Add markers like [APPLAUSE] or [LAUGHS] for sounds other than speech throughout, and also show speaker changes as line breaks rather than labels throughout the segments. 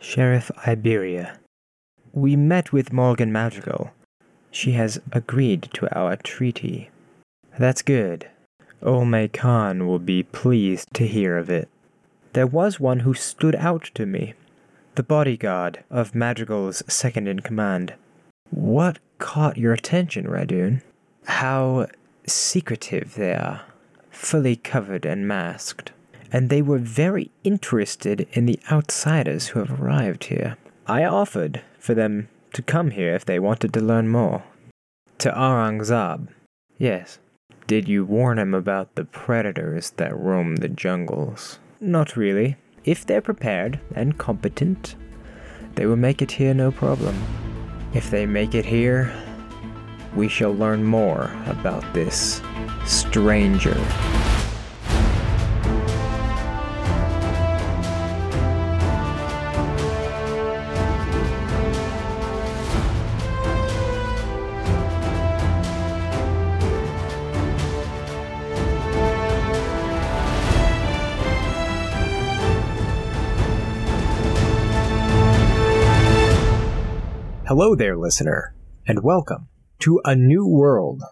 Sheriff Iberia. We met with Morgan Madrigal. She has agreed to our treaty. That's good. Olme Khan will be pleased to hear of it. There was one who stood out to me the bodyguard of Madrigal's second in command. What caught your attention, Radun? How secretive they are, fully covered and masked. And they were very interested in the outsiders who have arrived here. I offered for them to come here if they wanted to learn more. To Arangzab. Yes. Did you warn him about the predators that roam the jungles? Not really. If they're prepared and competent, they will make it here no problem. If they make it here, we shall learn more about this stranger.
Hello there, listener, and welcome to A New World.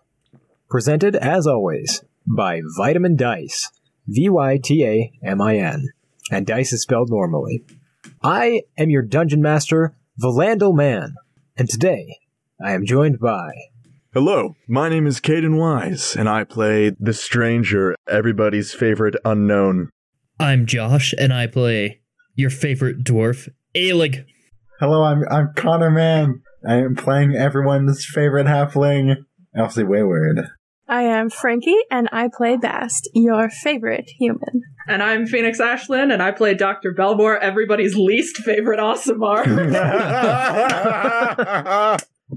Presented, as always, by Vitamin Dice, V Y T A M I N, and Dice is spelled normally. I am your dungeon master, Valandal Man, and today I am joined by.
Hello, my name is Caden Wise, and I play the stranger, everybody's favorite unknown.
I'm Josh, and I play your favorite dwarf, Aelig.
Hello, I'm I'm Connor Man. I am playing everyone's favorite halfling,
[LAUGHS]
Elsie Wayward.
I am Frankie, and I play Bast, your favorite human.
And I'm Phoenix Ashlyn, and I play Dr. Belmore, everybody's least
[LAUGHS]
favorite Osimar.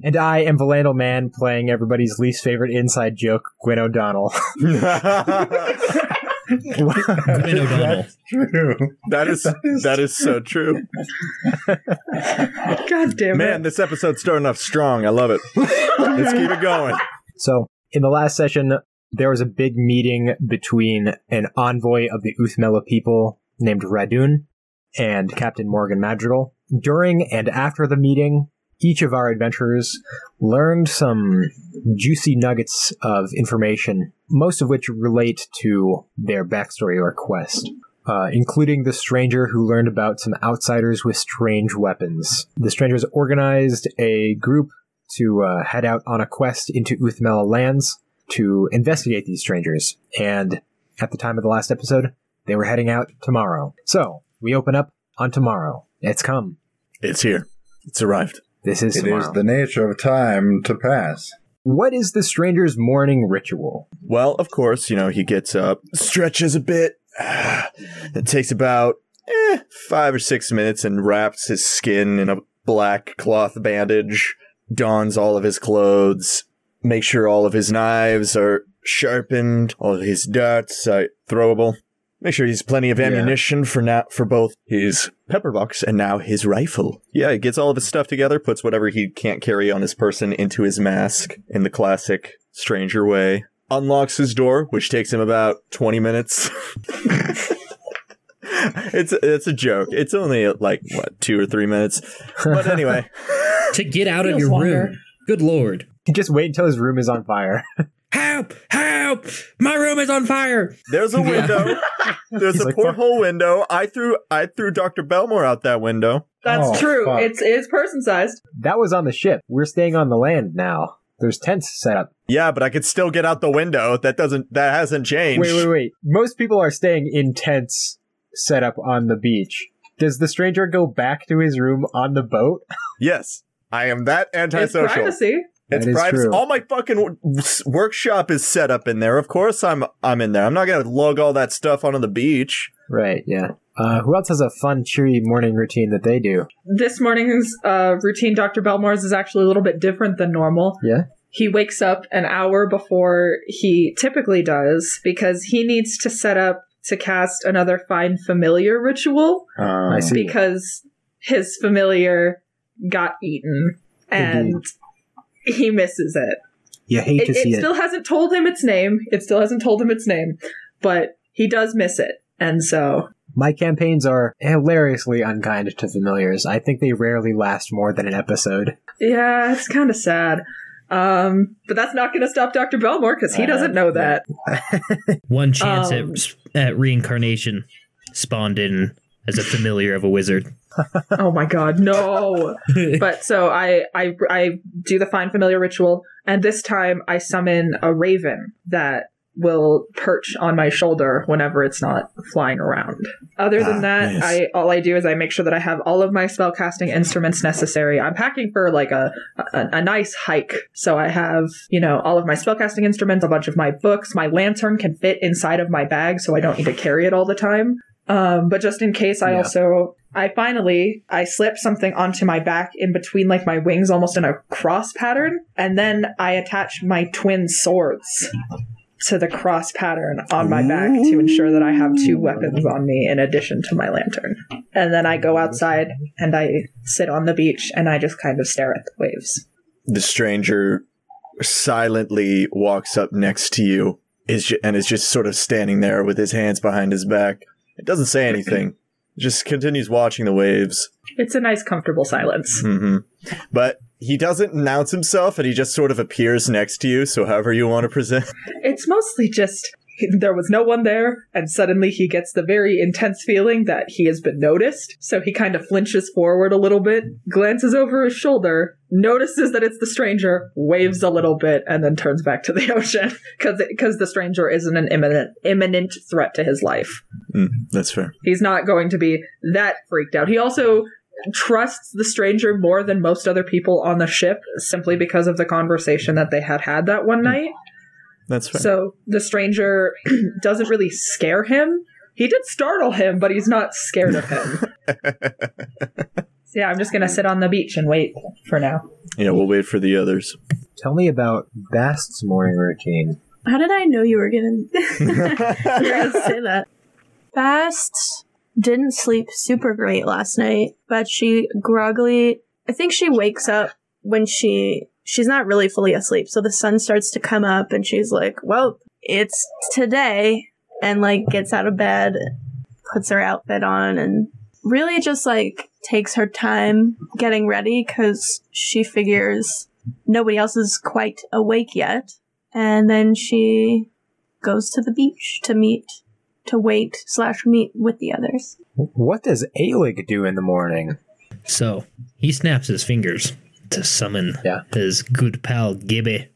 And I am Valandal Man, playing everybody's least favorite inside joke, Gwen O'Donnell. [LAUGHS]
[LAUGHS] Gwen O'Donnell.
That's true.
That is that is so true.
God damn
Man,
it.
this episode's starting off strong. I love it. Let's keep it going.
So, in the last session, there was a big meeting between an envoy of the Uthmela people named Radun and Captain Morgan Madrigal. During and after the meeting, each of our adventurers learned some juicy nuggets of information, most of which relate to their backstory or quest. Uh, including the stranger who learned about some outsiders with strange weapons. The strangers organized a group to uh, head out on a quest into Uthmela lands to investigate these strangers. And at the time of the last episode, they were heading out tomorrow. So we open up on tomorrow. It's come.
It's here. It's arrived.
This is
It
tomorrow.
is the nature of time to pass.
what is the stranger's morning ritual? [LAUGHS]
Well, of course, you know, he gets up, stretches a bit. [SIGHS] It takes about eh, five or six minutes and wraps his skin in a black cloth bandage, dons all of his clothes, makes sure all of his knives are sharpened, all of his darts are throwable. Make sure he's plenty of ammunition for now for both his pepper box and now his rifle. Yeah, he gets all of his stuff together, puts whatever he can't carry on his person into his mask in the classic stranger way unlocks his door, which takes him about 20 minutes. [LAUGHS] it's it's a joke. It's only like what, 2 or 3 minutes.
[LAUGHS]
But anyway,
To get out of
Feels
your
longer.
room. Good lord.
Just wait until his room is on fire. [LAUGHS]
Help! Help! My room is on fire!
there's a window. There's
He's
a
like,
porthole window. I threw I threw Dr. Belmore out that window.
That's
Oh,
true.
fuck.
It's it's person sized.
That was on the ship. We're staying on the land now. There's tents set up.
Yeah, but I could still get out the window. That doesn't that hasn't changed.
Wait, wait, wait. Most people are staying in tents set up on the beach. Does the stranger go back to his room on the boat?
Yes. I am that
It's
antisocial.
privacy.
It's
That is
private.
true.
All my fucking w- s- workshop is set up in there. Of course, I'm I'm in there. I'm not gonna lug all that stuff onto the beach.
Right, yeah. Uh, who else has a fun, cheery morning routine that they do?
This morning's uh, routine, Dr. Belmore's, is actually a little bit different than normal.
Yeah.
He wakes up an hour before he typically does because he needs to set up to cast another Find Familiar ritual.
Um,
I see.
because his familiar got eaten and he misses it.
You hate
It,
to see
it
it.
still hasn't told him its name. It still hasn't told him its name, but he does miss it. And so
My campaigns are hilariously unkind to familiars. I think they rarely last more than an episode.
Yeah, it's kind of sad. Um, but that's not going to stop Dr. Belmore because he doesn't know that.
One chance
Um,
at, at reincarnation spawned in as a familiar of a [LAUGHS] wizard.
oh my god, no. But so I, I I do the find familiar ritual and this time I summon a raven that will perch on my shoulder whenever it's not flying around. Other than
Ah,
that,
nice.
I all I do is I make sure that I have all of my spellcasting instruments necessary. I'm packing for like a a, a nice hike. So I have, you know, all of my spellcasting instruments, a bunch of my books, my lantern can fit inside of my bag so I don't need to carry it all the time. Um, but just in case, I
Yeah.
also I finally I slip something onto my back in between like my wings, almost in a cross pattern, and then I attach my twin swords to the cross pattern on my back to ensure that I have two weapons on me in addition to my lantern. And then I go outside and I sit on the beach and I just kind of stare at the waves.
the stranger silently walks up next to you is ju- and is just sort of standing there with his hands behind his back. It doesn't say anything. just continues watching the waves.
It's a nice, comfortable silence.
hmm But he doesn't announce himself and he just sort of appears next to you, so however you want to present. [LAUGHS]
It's mostly just there was no one there, and suddenly he gets the very intense feeling that he has been noticed. So he kind of flinches forward a little bit, glances over his shoulder, notices that it's the stranger, waves a little bit, and then turns back to the [LAUGHS] ocean because because the stranger isn't an imminent imminent threat to his life.
Mm, that's fair.
He's not going to be that freaked out. He also trusts the stranger more than most other people on the ship simply because of the conversation that they had had that one night.
That's fair.
So the stranger [CLEARS THROAT] doesn't really scare him. He did startle him, but he's not scared of him. so yeah, I'm just gonna sit on the beach and wait for now.
[LAUGHS] yeah, we'll wait for the others. [LAUGHS]
Tell me about Bast's morning routine.
How did I know you were gonna, you were gonna say that? Bast didn't sleep super great last night, but she groggily. I think she wakes up when she she's not really fully asleep, so the sun starts to come up, and she's like, "Well, it's today," and like gets out of bed, puts her outfit on, and really just like takes her time getting ready because she figures nobody else is quite awake yet and then she goes to the beach to meet to wait slash meet with the others
What does Alig do in the morning?
So he snaps his fingers to summon
Yeah.
his good pal Gibby.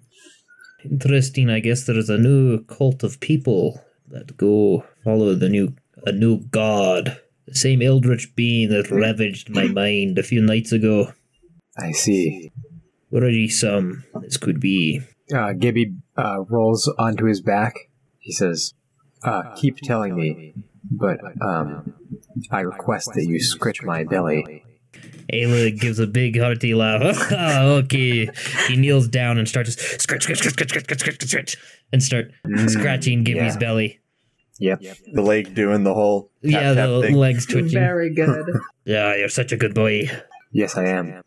Interesting, I guess there's a new cult of people that go follow the new a new god. The same eldritch being that ravaged my mind a few nights ago.
I see.
What are these some? This could be
Uh, Gibby uh, rolls onto his back. He says, uh, "Keep telling me, but um, I request that you scritch my belly."
Ayla gives a big hearty laugh. [LAUGHS] Ah, okay. He kneels down and starts to scratch, scratch, scratch, scratch, scratch, scratch, scratch, and start
Mm,
scratching Gibby's
yeah.
belly.
Yep.
The lake doing the whole tap,
yeah,
tap
the
thing.
legs twitching.
Very good.
Yeah, you're such a good boy.
Yes, I am.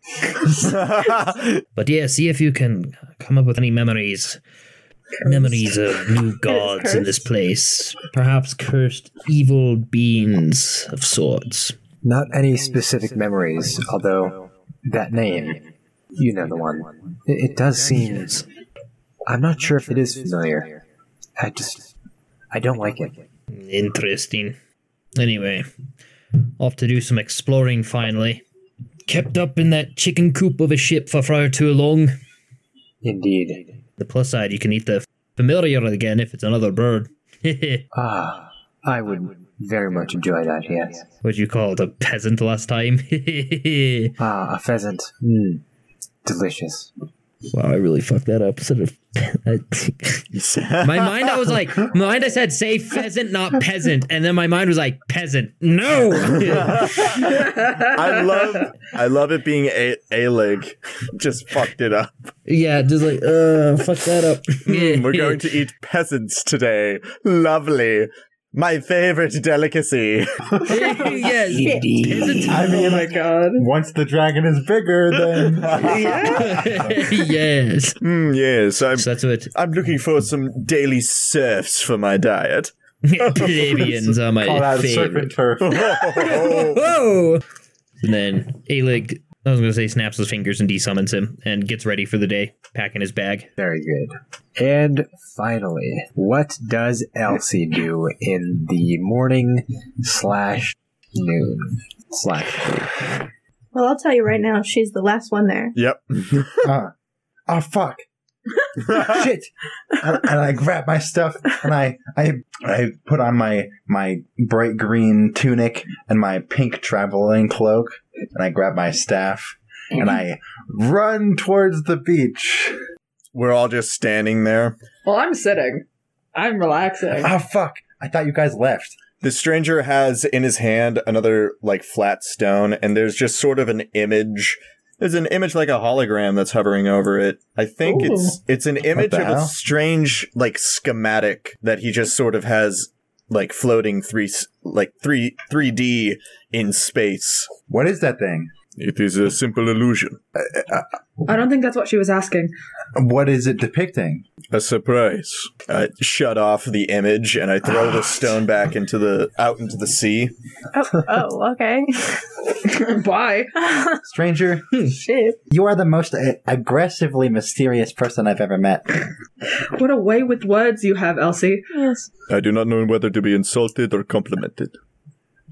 But yeah, see if you can come up with any memories. Memories of new gods in this place. Perhaps cursed evil beings of sorts.
Not any specific memories, although that name, you know the one. It, it does seem. I'm not sure if it is familiar. I just, I don't like it.
Interesting. Anyway, off to do some exploring finally. Kept up in that chicken coop of a ship for far too long.
Indeed.
The plus side, you can eat the familiar again if it's another bird. [LAUGHS]
Ah, I would very much enjoy that. Yes.
what you call it, a peasant last time? [LAUGHS]
Ah, a pheasant. Mm, delicious.
wow, I really fucked that up. Sort of. [LAUGHS] my mind, I was like, my mind, I said, say pheasant, not peasant, and then my mind was like, peasant. No.
[LAUGHS] I love I love it being a a leg. [LAUGHS] Just fucked it up.
[LAUGHS] yeah, just like, uh, fuck that up.
Mm, We're going to eat peasants today. Lovely. My favorite delicacy.
[LAUGHS] yes. [LAUGHS] Peasant.
I
oh
mean,
my god.
once the dragon is bigger, then
yes.
Mm, yes, I'm
So that's what.
I'm looking for some daily serfs for my diet. [LAUGHS]
Plebeians are
Call
my
that serpent
favorite.
turf.
Whoa! And then Alig, I was gonna say, snaps his fingers and desummons him, and gets ready for the day, packing his bag.
Very good. And finally, what does Elsie do in the morning slash noon slash?
Well, I'll tell you right now, she's the last one there.
Yep.
Ah, oh, fuck. Shit. And, and I grab my stuff and I, I I put on my my bright green tunic and my pink traveling cloak and I grab my staff and I run towards the beach.
We're all just standing there.
Well, I'm sitting. I'm relaxing.
Ah fuck. I thought you guys left.
The stranger has in his hand another like flat stone, and there's just sort of an image. There's an image like a hologram that's hovering over it. I think
Ooh.
it's it's an image
the
of a
hell?
strange like schematic that he just sort of has like floating three s- like three three D in space.
What is that thing?
It is a simple illusion,
I don't think that's what she was asking. [LAUGHS]
What is it depicting?
a surprise. Ah. I shut off the image and I throw the stone back into the out into the sea.
Oh, oh [LAUGHS] okay.
Bye.
Stranger,
Shit.
you are the most uh, aggressively mysterious person I've ever met.
What a way with words you have, Elsie.
Yes.
I do not know whether to be insulted or complimented.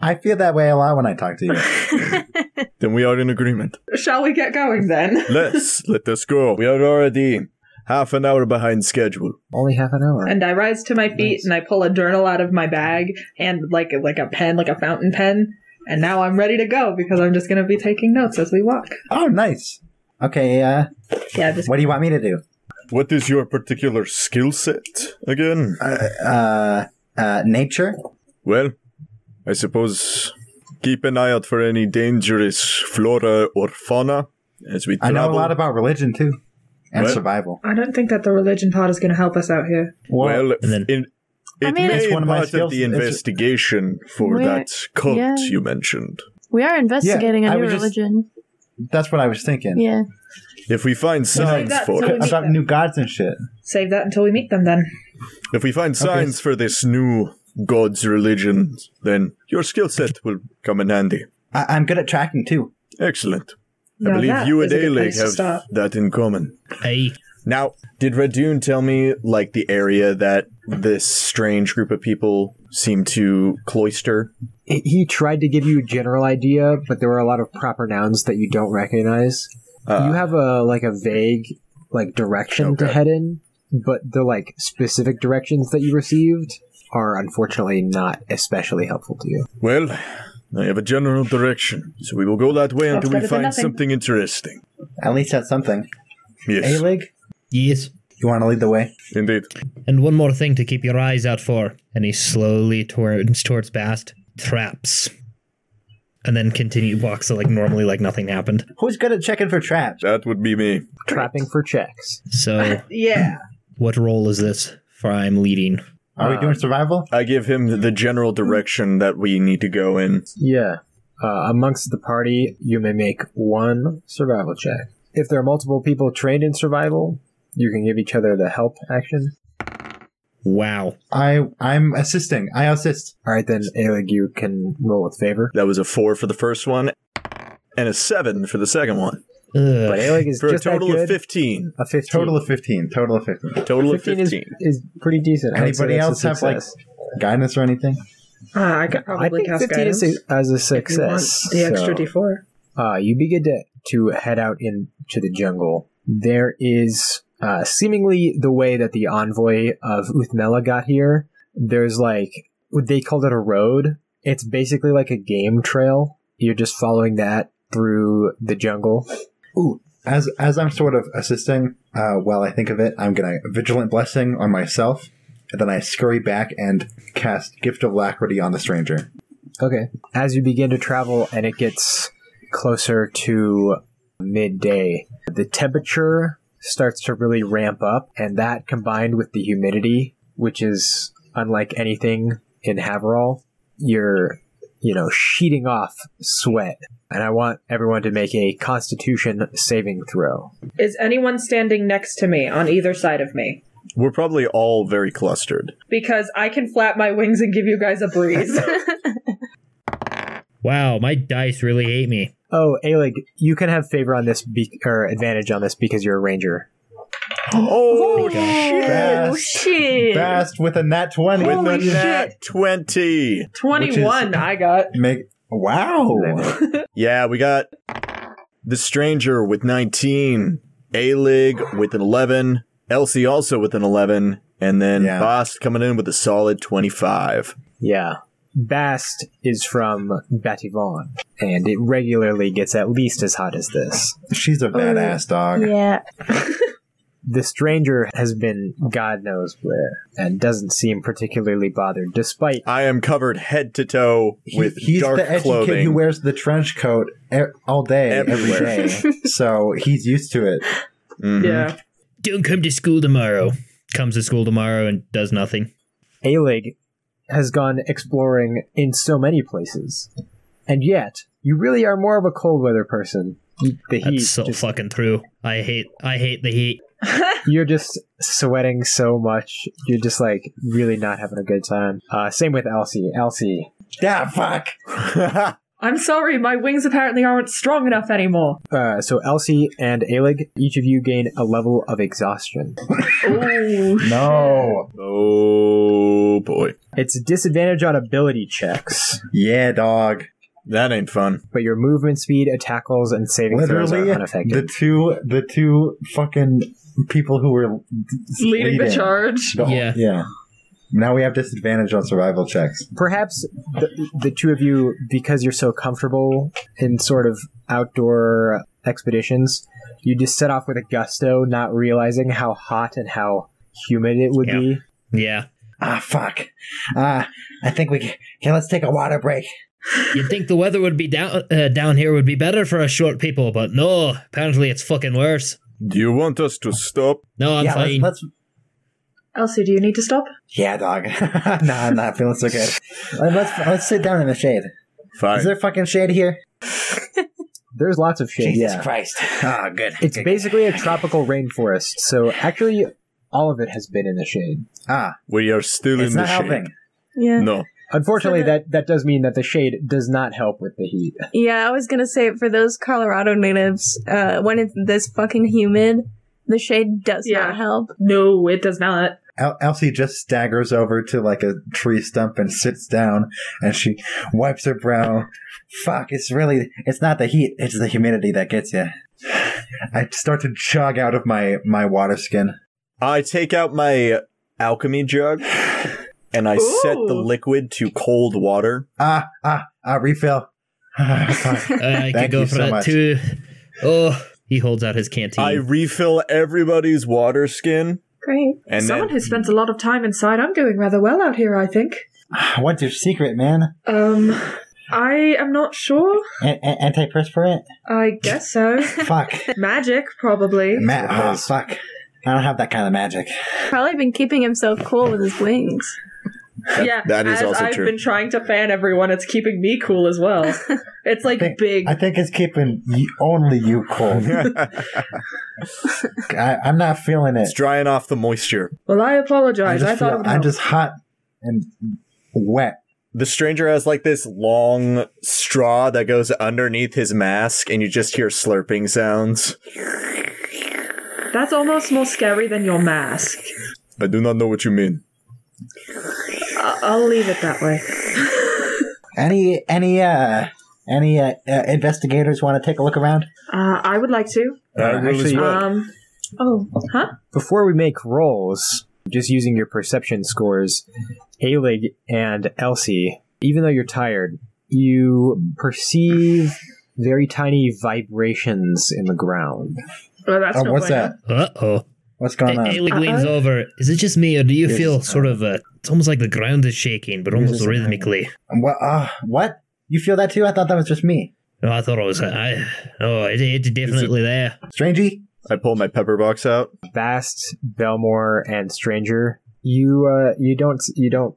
I feel that way a lot when I
[LAUGHS]
talk to you.
Then we are in agreement.
Shall we get going then?
[LAUGHS]
Let's let us go. We are already half an hour behind schedule.
Only half an hour.
And I rise to my feet and I pull a journal out of my bag and like like a pen, like a fountain pen. And now I'm ready to go because I'm just gonna be taking notes as we walk.
Oh, nice. Okay, uh,
Yeah, just
what do you want me to do?
What is your particular skill set again?
uh, uh, nature.
Well, I suppose keep an eye out for any dangerous flora or fauna as we
I
travel.
know a lot about religion too, and
What?
survival.
I don't think that the religion part is gonna help us out here.
well,
And then-
in, it
I mean,
may
it's
be
one of my
part of
skills-
the
it's-
investigation for
Where-
that cult
yeah.
you mentioned.
We are investigating
I
a new
was just-
religion.
that's what I was thinking.
Yeah.
If we find signs
that
for
to
it,
meet
About
them.
new gods and shit.
Save that until we meet them then.
if we find signs for this new god's religion, then your skill set will come in handy.
I- I'm good at tracking too.
Excellent. I
Now
believe
that
you and
is a good place
Aleg
to
have
start.
that in common.
Hey,
Now, did Redoon tell me like the area that this strange group of people seem to cloister?
He tried to give you a general idea, but there were a lot of proper nouns that you don't recognize.
Uh,
you have a like a vague like direction to
Okay.
head in, but the like specific directions that you received are unfortunately not especially helpful to you.
well, I have a general direction, so we will go that way
That's
until we
better than
find
nothing.
something interesting.
At least that's something.
Yes,
Alig,
yes.
you want to lead the way?
indeed.
And one more thing to keep your eyes out for. And he slowly turns towards Bast. Traps. And then continue walks like normally, like nothing happened.
Who's good at checking for traps?
That would be me.
Trapping for checks.
So,
Yeah.
what role is this for I'm leading?
Are
Uh,
we doing survival?
I give him the general direction that we need to go in.
Yeah. Uh, amongst the party, you may make one survival check. If there are multiple people trained in survival, you can give each other the help action.
Wow.
I I'm assisting. I assist.
All right, then, Alig, you can roll with favor.
That was a four for the first one, and a seven for the second one,
But
Ugh.
Alig is
Uh, for a
just
total
that good.
of fifteen.
a 15.
Total of fifteen. Total of fifteen.
Total of
is,
fifteen.
is pretty decent. I would say
Anybody
that's a
else have, like,
success.
Guidance or anything?
Uh, I could
I
probably
think
cast
15
guidance.
is a, as a
if you want
success.
The extra
so,
D4.
uh, you begin to, to head out into the jungle. There is uh, seemingly the way that the envoy of Uthmela got here. There's like, they called it a road. It's basically like a game trail. You're just following that through the jungle.
As as I'm sort of assisting, uh, while I think of it, I'm gonna vigilant blessing on myself, and then I scurry back and cast gift of alacrity on the stranger.
Okay. As you begin to travel and it gets closer to midday, the temperature starts to really ramp up, and that combined with the humidity, which is unlike anything in Haverall, you're, you know, sheeting off sweat. And I want everyone to make a constitution saving throw.
Is anyone standing next to me on either side of me?
We're probably all very clustered.
because I can flap my wings and give you guys a breeze.
Wow, my dice really hate me.
Oh, Alig, you can have favor on this be- or advantage on this because you're a ranger.
[LAUGHS]
[LAUGHS]
Oh,
Oh shit!
Bast with a nat 20.
with
Holy
a
shit.
nat 20.
21, I got.
Make wow.
Yeah, we got the stranger with 19, A Lig with an 11, Elsie also with an 11, and then
Yeah.
Bost coming in with a solid 25.
Yeah. Bast is from Bativon, and it regularly gets at least as hot as this.
She's a badass dog.
Oh, Yeah,
The stranger has been God knows where and doesn't seem particularly bothered, despite
I am covered head to toe
He-
with
he's
dark
the edgy kid who
clothing.
wears the trench coat e- all day,
Everywhere.
every day. so he's used to it.
Mhm.
Yeah.
Don't come to school tomorrow. Comes to school tomorrow and does nothing.
Alig has gone exploring in so many places. And yet, you really are more of a cold weather person. You- The heat,
That's so
just-
fucking true. I hate I hate the heat.
you're just sweating so much. You're just like really not having a good time. Uh, same with Elsie. Elsie,
Yeah, fuck.
I'm sorry, my wings apparently aren't strong enough anymore.
uh, so Elsie and Alig, each of you gain a level of exhaustion.
Oh,
No.
[LAUGHS] oh, boy.
It's a disadvantage on ability checks,
Yeah, dog.
That ain't fun.
but your movement speed, attack rolls, and saving throws
Literally,
are unaffected.
the two, the two fucking people who were
[LAUGHS] leading the charge.
The-
Yeah.
yeah. Now we have disadvantage on survival checks.
perhaps the, the two of you, because you're so comfortable in sort of outdoor expeditions, you just set off with a gusto, not realizing how hot and how humid it would
Yeah.
be.
Yeah.
Ah, fuck. Ah, I think we can. Okay, let's take a water break.
You'd think the weather would be down uh, down here would be better for us short people, but no. Apparently it's fucking worse.
Do you want us to stop?
No, I'm
yeah, let's,
fine.
let's.
Elsie, do you need to stop?
Yeah, dog. [LAUGHS] no, I'm not feeling so good. Let- Let's let's sit down in the shade.
Fine.
Is there fucking shade here?
There's lots of shade.
Jesus
yeah.
Christ. Ah, good.
It's
Good.
basically a tropical rainforest, so actually, all of it has been in the shade.
ah,
we are still
it's
in the
not
shade.
helping.
yeah,
No.
Unfortunately,
So the-
that, that does mean that the shade does not help with the heat.
yeah. I was gonna say for those Colorado natives, uh, when it's this fucking humid, the shade does
Yeah.
not help.
No, it does not.
El- Elsie just staggers over to like a tree stump and sits down, and she wipes her brow. Fuck! It's really it's not the heat; it's the humidity that gets you. I start to jog out of my my water skin.
I take out my alchemy jug and I set the
Ooh.
liquid to cold water.
Ah ah ah! Refill. [SIGHS]
[LAUGHS]
Fuck.
Uh, I, I
Thank
could go
you
for
so
that
much.
too. Oh, he holds out his canteen.
I refill everybody's water skin
Great.
and [LAUGHS]
Someone
then
who spends a lot of time inside, I'm doing rather well out here, I think.
What's your secret, man?
Um, I am not sure.
A- a- antiperspirant?
I guess so. [LAUGHS]
Fuck.
Magic, probably.
Ma- oh, fuck. I don't have that kind of magic.
Probably been keeping himself cool with his wings.
yeah,
that is
as
also
I've
true.
been trying to fan everyone, it's keeping me cool as well. It's like
think-
big.
I think it's keeping y- only you
[LAUGHS]
cold. I, I'm not feeling it.
it's drying off the moisture.
well, I apologize.
just
I, thought
feel-
it would
I'm
help.
just hot and wet.
The stranger has like this long straw that goes underneath his mask, and you just hear slurping sounds.
That's almost more scary than your mask.
I do not know what you mean.
I- Uh, I'll leave it that way.
Any any uh any uh, uh, investigators want to take a look around?
Uh, I would like to.
I will
actually,
as well.
Um,
Oh,
before we make rolls, just using your perception scores, Alig and Elsie, even though you're tired, you perceive very tiny vibrations in the ground.
well, that's
Oh,
not
what's
going
that?
on.
uh oh.
What's going on?
Alec
Uh-oh.
leans over. Is it just me, or do you
Uh-huh. Yes. uh-huh.
feel sort of uh It's almost like the ground is shaking, but almost rhythmically.
What? Uh, what? You feel that too? I thought that was just me.
No, I thought it was. I oh, it, it's definitely there.
Strangey.
I pull my pepper box out.
Bast, Belmore, and Stranger, you uh, you don't you don't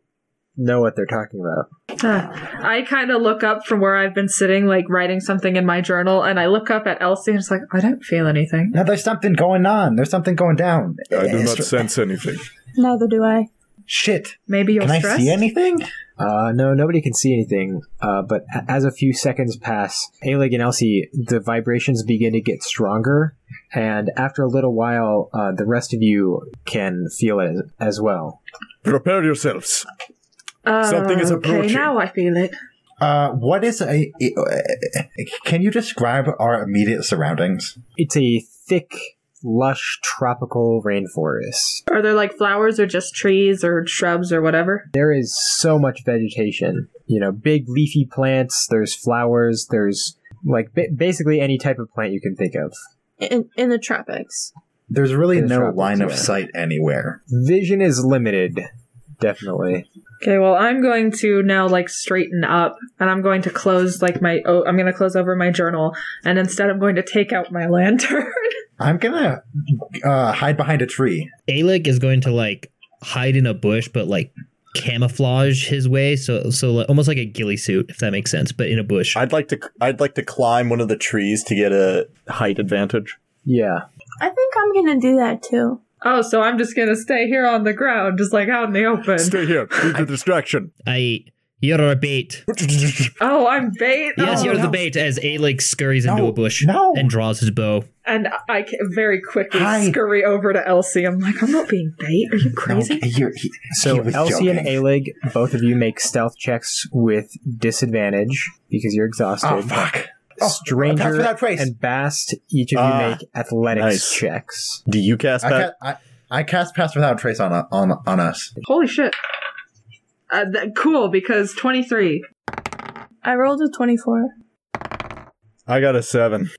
know what they're talking about.
I kind of look up from where I've been sitting, like writing something in my journal, and I look up at Elsie and it's like, I don't feel anything.
Now there's something going on. There's something going down.
I do not
Estra-
sense anything.
Neither do I.
Shit.
Maybe you're
Can I
stressed.
see anything?
Uh, no, nobody can see anything. Uh, but a- as a few seconds pass, Alig and Elsie, the vibrations begin to get stronger, and after a little while, uh, the rest of you can feel it as well.
Prepare yourselves.
Uh,
Something is
Okay,
approaching.
now I feel it.
Uh, what is a? uh, Can you describe our immediate surroundings?
It's a thick, lush tropical rainforest.
Are there like flowers or just trees or shrubs or whatever?
There is so much vegetation. You know, big leafy plants. There's flowers. There's like ba- basically any type of plant you can think of.
In, in the tropics.
There's really
In the
no
tropics,
line of
yeah.
sight anywhere.
Vision is limited, definitely.
Okay, well, I'm going to now like straighten up and I'm going to close like my, oh, I'm going to close over my journal and instead I'm going to take out my lantern.
I'm gonna uh, hide behind a tree.
Alec is going to like hide in a bush, but like camouflage his way, so so like, almost like a ghillie suit, if that makes sense, but in a bush.
I'd like to. I'd like to climb one of the trees to get a height advantage.
Yeah.
I think I'm gonna do that too.
oh, so I'm just going to stay here on the ground, just like out in the open.
Stay
[LAUGHS]
here. Be the distraction.
I you're a bait.
oh, I'm bait.
Yes,
Oh,
you're the
no.
bait as Alec scurries into
No,
a bush
no.
and draws his bow.
And I ca- very quickly
Hide.
scurry over to Elsie. I'm like, I'm not being bait. Are you crazy?
No, you're- [LAUGHS] he-
So
he was
Elsie and
joking.
Alig, both of you make stealth checks with disadvantage because you're exhausted.
Oh fuck! Oh, that's
Stranger
without trace.
and Bast, each of you
Ah,
make athletics
nice.
checks.
Do you cast
I,
that?
ca- I, I cast pass without trace on on on us.
Holy shit. Uh, th- cool, because 23.
I rolled a 24.
I got a seven.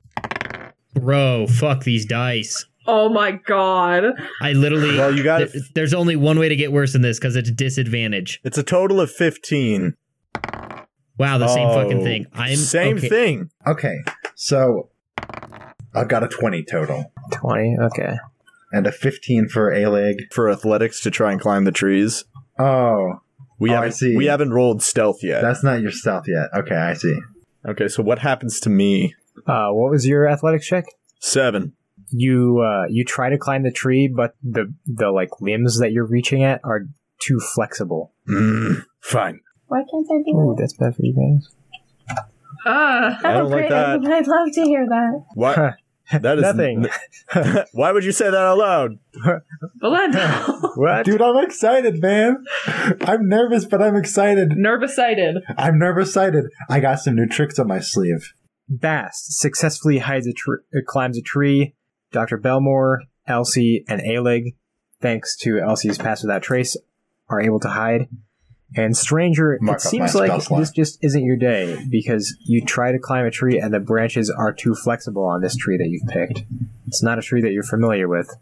Bro, fuck these dice.
Oh my god.
I literally
Well, you got it.
th- there's only one way to get worse than this because it's disadvantage.
It's a total of fifteen.
Wow, the same fucking
Oh,
thing. I'm
same
okay.
thing.
Okay, so I've got a twenty total
20? Okay.
and a fifteen for a leg.
for athletics to try and climb the trees.
Oh,
We
Oh, I
haven't
see.
we haven't rolled stealth yet.
that's not your stealth yet. Okay, I see.
okay, so what happens to me?
Uh, what was your athletics check?
Seven.
you uh, you try to climb the tree, but the the like limbs that you're reaching at are too flexible.
Mm, fine.
Why can't I
Ooh,
do
that's bad for you guys.
Uh,
that?
I don't like that.
[LAUGHS] I'd love to hear that.
Why? [LAUGHS] That is
Nothing.
[LAUGHS] Why would you say that out loud?
Belinda. [LAUGHS]
What?
Dude, I'm excited, man. I'm nervous, but I'm excited.
Nervousited.
I'm nervous sighted. I got some new tricks on my sleeve.
Bast successfully hides a tr- uh, climbs a tree. Doctor Belmore, Elsie, and Alig, thanks to Elsie's pass without trace, are able to hide. And stranger,
Mark
it
up
seems
my
like
spell slot.
this just isn't your day because you try to climb a tree and the branches are too flexible on this tree that you've picked. It's not a tree that you're familiar with.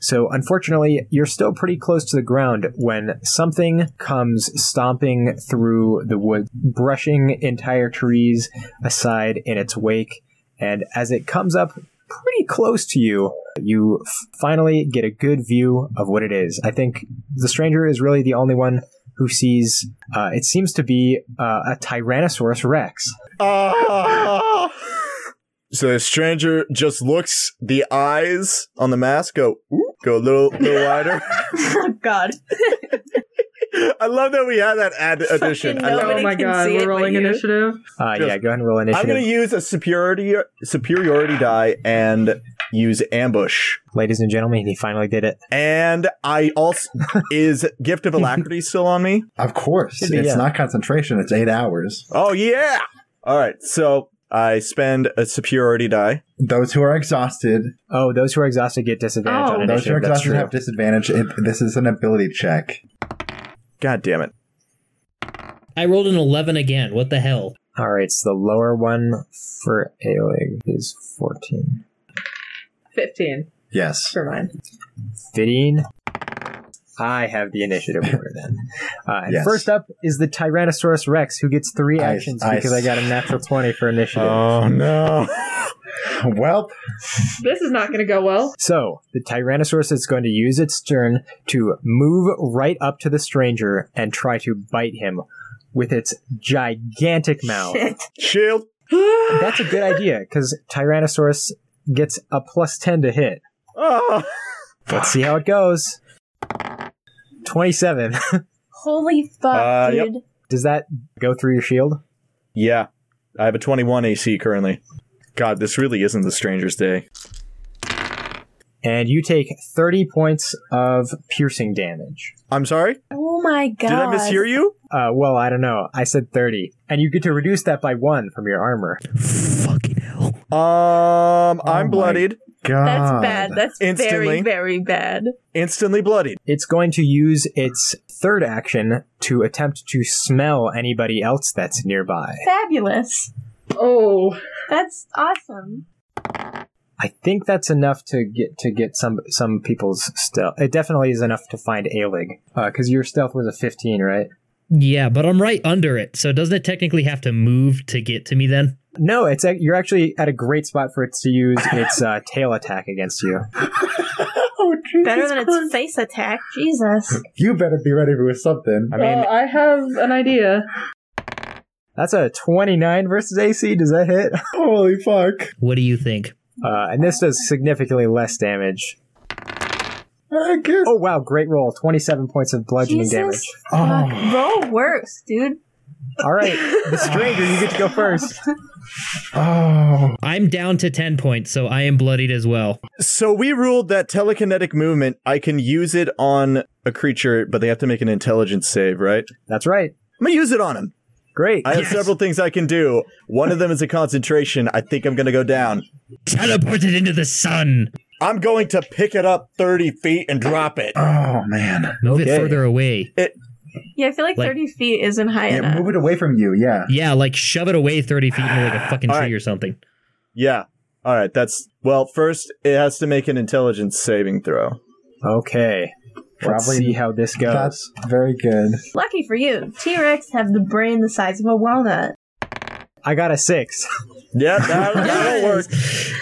So, unfortunately, you're still pretty close to the ground when something comes stomping through the wood, brushing entire trees aside in its wake. And as it comes up pretty close to you, you f- finally get a good view of what it is. I think the stranger is really the only one who sees uh, it seems to be uh, a Tyrannosaurus Rex.
Ah. so the stranger just looks. The eyes on the mask go "Ooh," go a little little wider.
Oh, God.
I love that we had that ad- addition. I
Fucking
love-
Nobody
oh my
can
god,
see it
we're
but
rolling
you.
initiative.
Uh, yeah, go ahead and roll
I'm
initiative.
going to use a superiority superiority die and use ambush.
Ladies and gentlemen, he finally did it.
And I also is gift of
[LAUGHS]
alacrity still on me?
Of course,
Should be,
it's
yeah.
not concentration. It's eight hours.
Oh yeah! All right, so I spend a superiority die.
Those who are exhausted,
Oh, those who are exhausted get disadvantage
Oh.
on
those who are
initiative. That's
exhausted
true.
have disadvantage. It, this is an ability check.
God damn it!
I rolled an eleven again. What the hell?
All right, so the lower one for Aelig is 14.
15
Yes.
for mine.
15. I have the initiative order then. Uh, and
Yes.
First up is the Tyrannosaurus Rex, who gets three
I- Oh.
actions
I-
because I got a natural 20 for initiative.
no!
[LAUGHS]
[LAUGHS]
Well,
This is not going to go well.
So, the Tyrannosaurus is going to use its turn to move right up to the stranger and try to bite him with its gigantic mouth.
[LAUGHS]
[LAUGHS] Shit.
Shield.
That's a good idea, because Tyrannosaurus gets a plus 10 to hit.
Oh.
Let's see how it goes. 27.
Holy fuck,
Uh, yep.
dude.
[LAUGHS] Does that go through your shield?
Yeah. I have a 21 AC currently. God, this really isn't the Stranger's Day.
And you take 30 points of piercing damage.
I'm sorry?
Oh my god.
Did I mishear you?
Uh, well, I don't know. I said 30. And you get to reduce that by one from your armor.
Fucking hell.
Um,
my-
I'm bloodied.
God.
That's
Ah.
bad. That's
Instantly.
very, very bad.
Instantly bloodied.
It's going to use its third action to attempt to smell anybody else that's nearby.
Fabulous.
Oh,
That's awesome.
I think that's enough to get to get some some people's stealth. It definitely is enough to find Alig because your stealth was a fifteen, right?
Yeah, but I'm right under it. So doesn't it technically have to move to get to me then?
No, it's a, you're actually at a great spot for it to use its uh, tail attack against you. Oh,
Better than its face attack. Jesus.
You better be ready with something.
I mean,
Uh, I have an idea.
that's a twenty nine versus AC. Does that hit? [LAUGHS]
Holy fuck.
What do you think?
Uh, and this does significantly less damage.
I guess.
Oh wow, great roll! Twenty seven points of bludgeoning
Jesus.
damage.
Fuck.
Oh,
Roll works, dude.
All right, the stranger, you get to go first.
Oh.
I'm down to 10 points, so I am bloodied as well.
So we ruled that telekinetic movement, I can use it on a creature, but they have to make an intelligence save, right?
That's right.
I'm gonna use it on him.
Great.
I have
Yes.
several things I can do. One of them is a concentration. I think I'm gonna go down.
Teleported into the sun.
I'm going to pick it up 30 feet and drop it.
Oh, man.
Move
Okay.
it further away.
Yeah, I feel like,
Like-
30 feet isn't high
Yeah,
enough.
move it away from you. Yeah.
Yeah, like shove it away 30 feet into
[SIGHS]
like a fucking tree
All right.
or something.
Yeah. All right. That's well. First, it has to make an intelligence saving throw.
Okay. Let's
Probably
see how this goes.
That's very good.
Lucky for you, T Rex have the brain the size of a walnut.
I got a six.
Yeah,
[LAUGHS]
that, that'll work.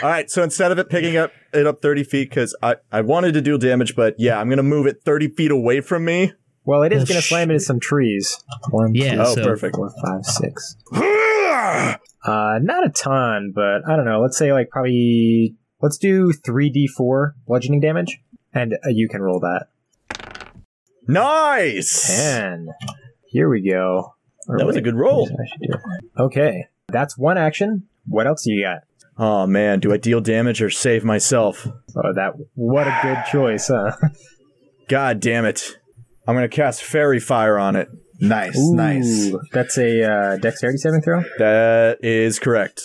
All right. So instead of it picking up it up thirty feet, because I I wanted to do damage, but yeah, I'm gonna move it thirty feet away from me.
Well, it is
Well,
going to
sh-
slam into some trees. One,
Yeah,
Oh,
so
perfect.
four, five, six. Uh, not a ton, but I don't know. Let's say like probably let's do three d four bludgeoning damage, and uh, you can roll that
Nice.
ten. Here we go. Or
That was a
wait,
good roll.
I should do it. Okay, that's one action. What else do you got?
Oh man, do I deal damage or save myself?
Oh, that what a good choice,
[LAUGHS]
huh?
God damn it! I'm gonna cast fairy fire on it.
Nice, nice.
Ooh, That's a uh, dexterity saving throw.
That is correct.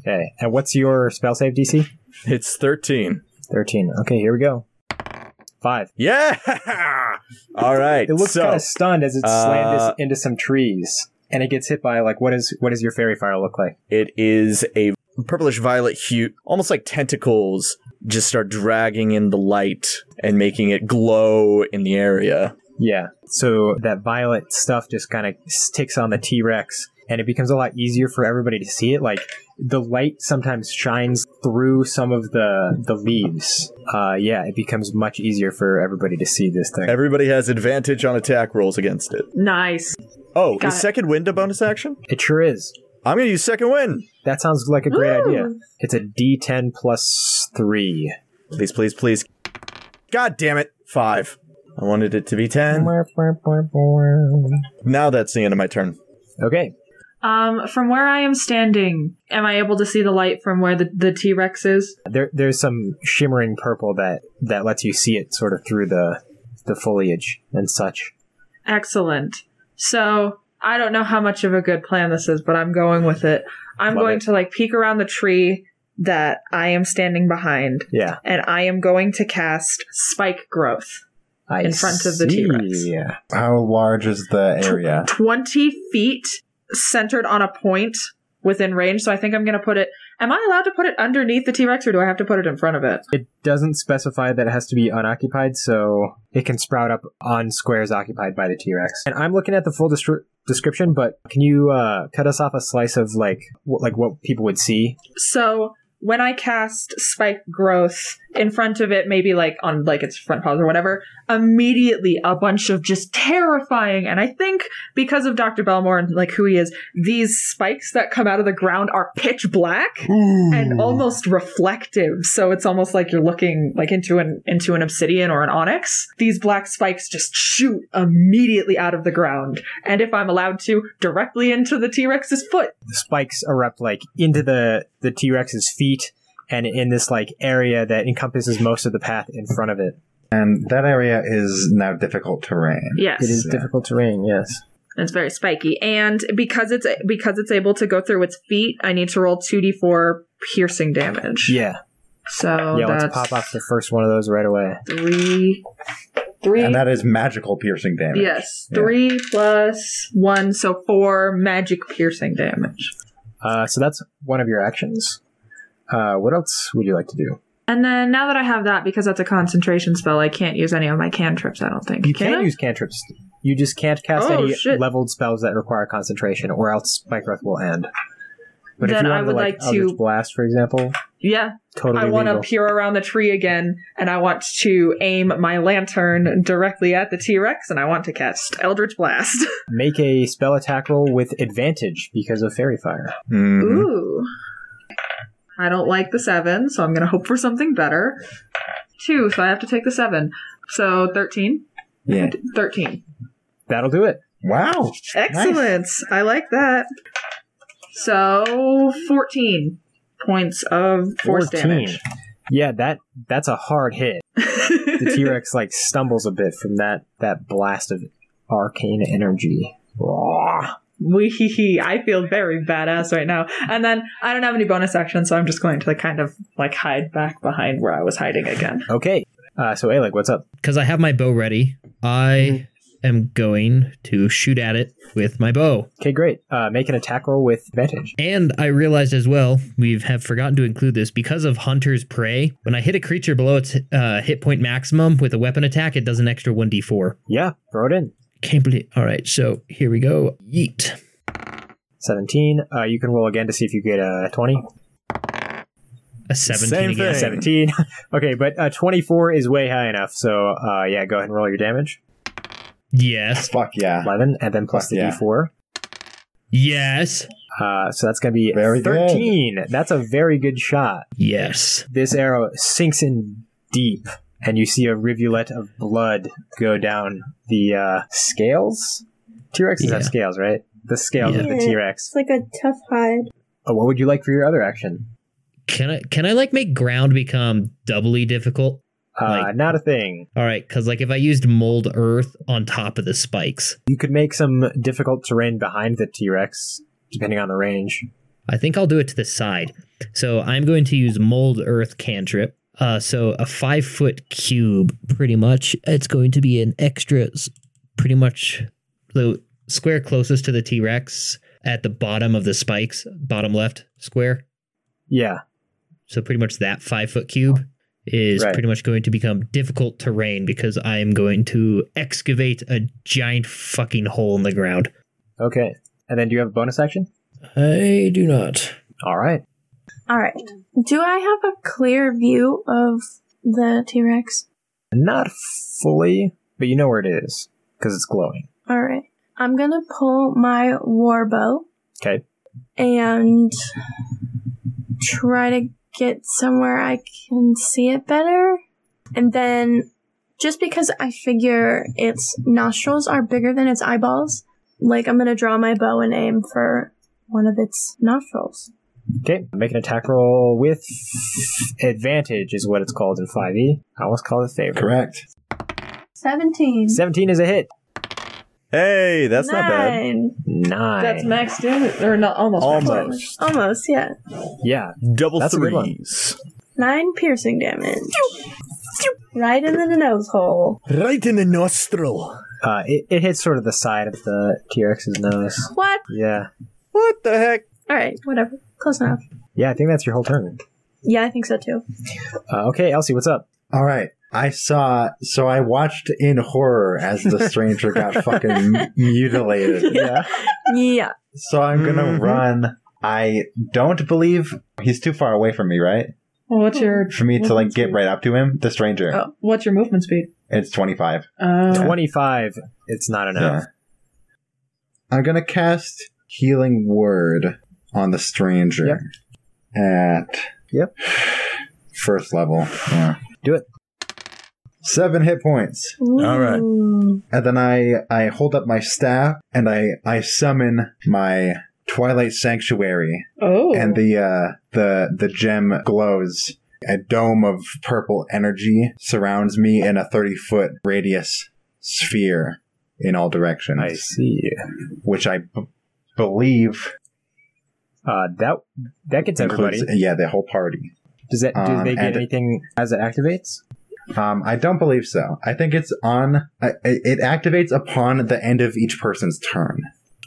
Okay, and what's your spell save DC?
It's thirteen.
Thirteen. Okay, here we go. Five.
Yeah. [LAUGHS] All right.
It looks
so,
kind of stunned as it's slammed
uh,
slammed into some trees, and it gets hit by like what is what does your fairy fire look like?
It is a purplish violet hue, almost like tentacles just start dragging in the light and making it glow in the area.
Yeah, so that violet stuff just kind of sticks on the T Rex, and it becomes a lot easier for everybody to see it. Like the light sometimes shines through some of the the leaves. Uh, yeah, it becomes much easier for everybody to see this thing.
Everybody has advantage on attack rolls against it.
Nice.
Oh,
Got
is
it.
second wind a bonus action?
It sure is.
I'm going to use second wind.
That sounds like a great
Ooh.
idea. It's a D10 plus three.
Please, please, please. God damn it. Five. I wanted it to be ten. Now that's the end of my turn.
Okay,
Um, from where I am standing, am I able to see the light from where the, the T Rex is?
There, there's some shimmering purple that that lets you see it sort of through the the foliage and such.
Excellent. So I don't know how much of a good plan this is, but I'm going with it. I'm
Love
going
it.
to like peek around the tree that I am standing behind,
Yeah,
and I am going to cast Spike Growth.
I
In front of the
see.
T-Rex.
Yeah,
How large is the
Oh,
area?
20 feet centered on a point within range. So I think I'm going to put it. Am I allowed to put it underneath the T Rex or do I have to put it in front of it?
it doesn't specify that it has to be unoccupied, so it can sprout up on squares occupied by the T-Rex. And I'm looking at the full destri- description, but can you uh, cut us off a slice of like what, like what people would see?
So when I cast Spike Growth in front of it, maybe like on like its front paws or whatever, immediately a bunch of just terrifying, and I think because of Dr. Belmore and like who he is, these spikes that come out of the ground are pitch black and almost reflective. So it's almost like you're looking like into an into an obsidian or an onyx. These black spikes just shoot immediately out of the ground, and if I'm allowed to, directly into the T Rex's foot.
The spikes erupt like into the the T Rex's feet and in this like area that encompasses most of the path in front of it.
And that area is now difficult terrain.
Yes,
It is
Yeah.
difficult terrain. Yes.
It's very spiky, and because it's because it's able to go through its feet, I need to roll two d four piercing damage.
Yeah.
So
yeah. Let's
Oh, that's
pop off the first one of those right away.
three, three.
And that is magical piercing damage.
yes,
Yeah.
three plus one, so four magic piercing damage.
Uh, so that's one of your actions. Uh, what else would you like to do?
And then now that I have that, because that's a concentration spell, I can't use any of my cantrips. I don't think
You can,
I?
use cantrips. You just can't cast
Oh,
any
shit.
leveled spells that require concentration, or else Spike Breath will end. But if
Then
you
I
wanted
would
to, like,
like to-
Eldritch Blast, for example,
Yeah,
totally
I want to
legal.
peer around the tree again, and I want to aim my lantern directly at the T Rex, and I want to cast Eldritch Blast.
Make a spell attack roll with advantage because of Fairy Fire.
Mhm.
Ooh. I don't like the seven, so I'm going to hope for something better. Two, so I have to take the seven. So 13?
Yeah.
13.
That'll do it.
Wow.
Excellent. I like that. So 14 points of force damage.
Yeah, that that's a hard hit. [LAUGHS] The
[LAUGHS]
T Rex like stumbles a bit from that that blast of arcane energy. Rawr.
Wee-hee-hee. I feel very badass right now. And then I don't have any bonus action, so I'm just going to like kind of like hide back behind where I was hiding again.
Okay, uh, so Alec, what's up?
Because I have my bow ready, I
Mm-hmm.
am going to shoot at it with my bow.
Okay, great. Uh, make an attack roll with advantage.
And I realized as well, we have forgotten to include this because of Hunter's Prey. When I hit a creature below its uh, hit point maximum with a weapon attack, it does an extra 1d4.
Yeah, throw it in.
Can't believe. All right, so here we go. Yeet.
17. Uh, you can roll again to see if you get a 20.
A 17
Same
again.
thing.
17. [LAUGHS] okay, but uh, 24 is way high enough. So uh, yeah, go ahead and roll your damage.
Yes.
Fuck yeah.
11, and then plus the
Yeah.
d4.
Yes.
Uh, so that's going to be
Very good.
13. That's a very good shot.
Yes.
This arrow sinks in deep, and you see a rivulet of blood go down the uh, scales. T Rexes
Yeah.
have scales, right? The scales of the
Yeah.
T Rex.
It's like a tough hide.
Oh, what would you like for your other action?
Can I can I like make ground become doubly difficult?
Uh,
Like-
not a thing.
All right, because like if I used mold earth on top of the spikes,
You could make some difficult terrain behind the T Rex, depending on the range.
I think I'll do it to the side. So I'm going to use mold earth cantrip. Uh, so a five foot cube, pretty much. It's going to be an extra, s- pretty much the square closest to the T Rex at the bottom of the spikes, bottom left square.
Yeah.
So pretty much that five foot cube is
Right.
pretty much going to become difficult terrain because I am going to excavate a giant fucking hole in the ground.
Okay. And then do you have a bonus action?
I do not.
All right.
All right. Do I have a clear view of the T Rex?
Not fully, but you know where it is because it's glowing.
All right. I'm gonna pull my war bow
Okay.
and try to get somewhere I can see it better. And then, just because I figure its nostrils are bigger than its eyeballs, like I'm gonna draw my bow and aim for one of its nostrils.
Okay. Make an attack roll with advantage, is what it's called in 5e. I almost called it favor.
Correct.
17.
17 is a hit.
Hey, that's not bad.
Nine.
That's max damage, or not almost. max damage.
Almost.
Almost, yeah.
yeah.
Double
That's a good one.
threes.
Nine piercing damage. Right in the nose hole.
Right in the nostril.
Uh, it, it hits sort of the side of the T Rex's nose.
What?
Yeah.
What the heck?
Alright, whatever. Close enough.
Yeah, I think that's your whole turn.
Yeah, I think so too.
Uh, okay, Elsie, what's up?
All right. I saw, so I watched in horror
[LAUGHS]
as the stranger got fucking mutilated.
Yeah.
Yeah.
Mm-hmm.
So I'm gonna
Mhm.
run I don't believe he's too far away from me, right?
Well, what's your
For me to like
movement
get
speed?
right up to him, the stranger.
Mm-hmm. Oh, what's your movement speed?
It's 25.
Uh,
25. It's not enough.
I'm going to cast Healing Word on the stranger
Yep.
at
Yep.
first level. Yeah.
Do it.
Seven hit points.
All
right.
And then I, I hold up my staff and I, I summon my Twilight Sanctuary.
oh,
And the uh, the the gem glows. A dome of purple energy surrounds me in a thirty foot radius sphere in all directions.
I see.
Which I b- believe
Uh, that that gets everybody.
includes- yeah, the whole party.
Does that do
um,
they get
and-
anything as it activates?
Um, I don't believe so. I think it's on. I, it it activates upon the end of each person's turn.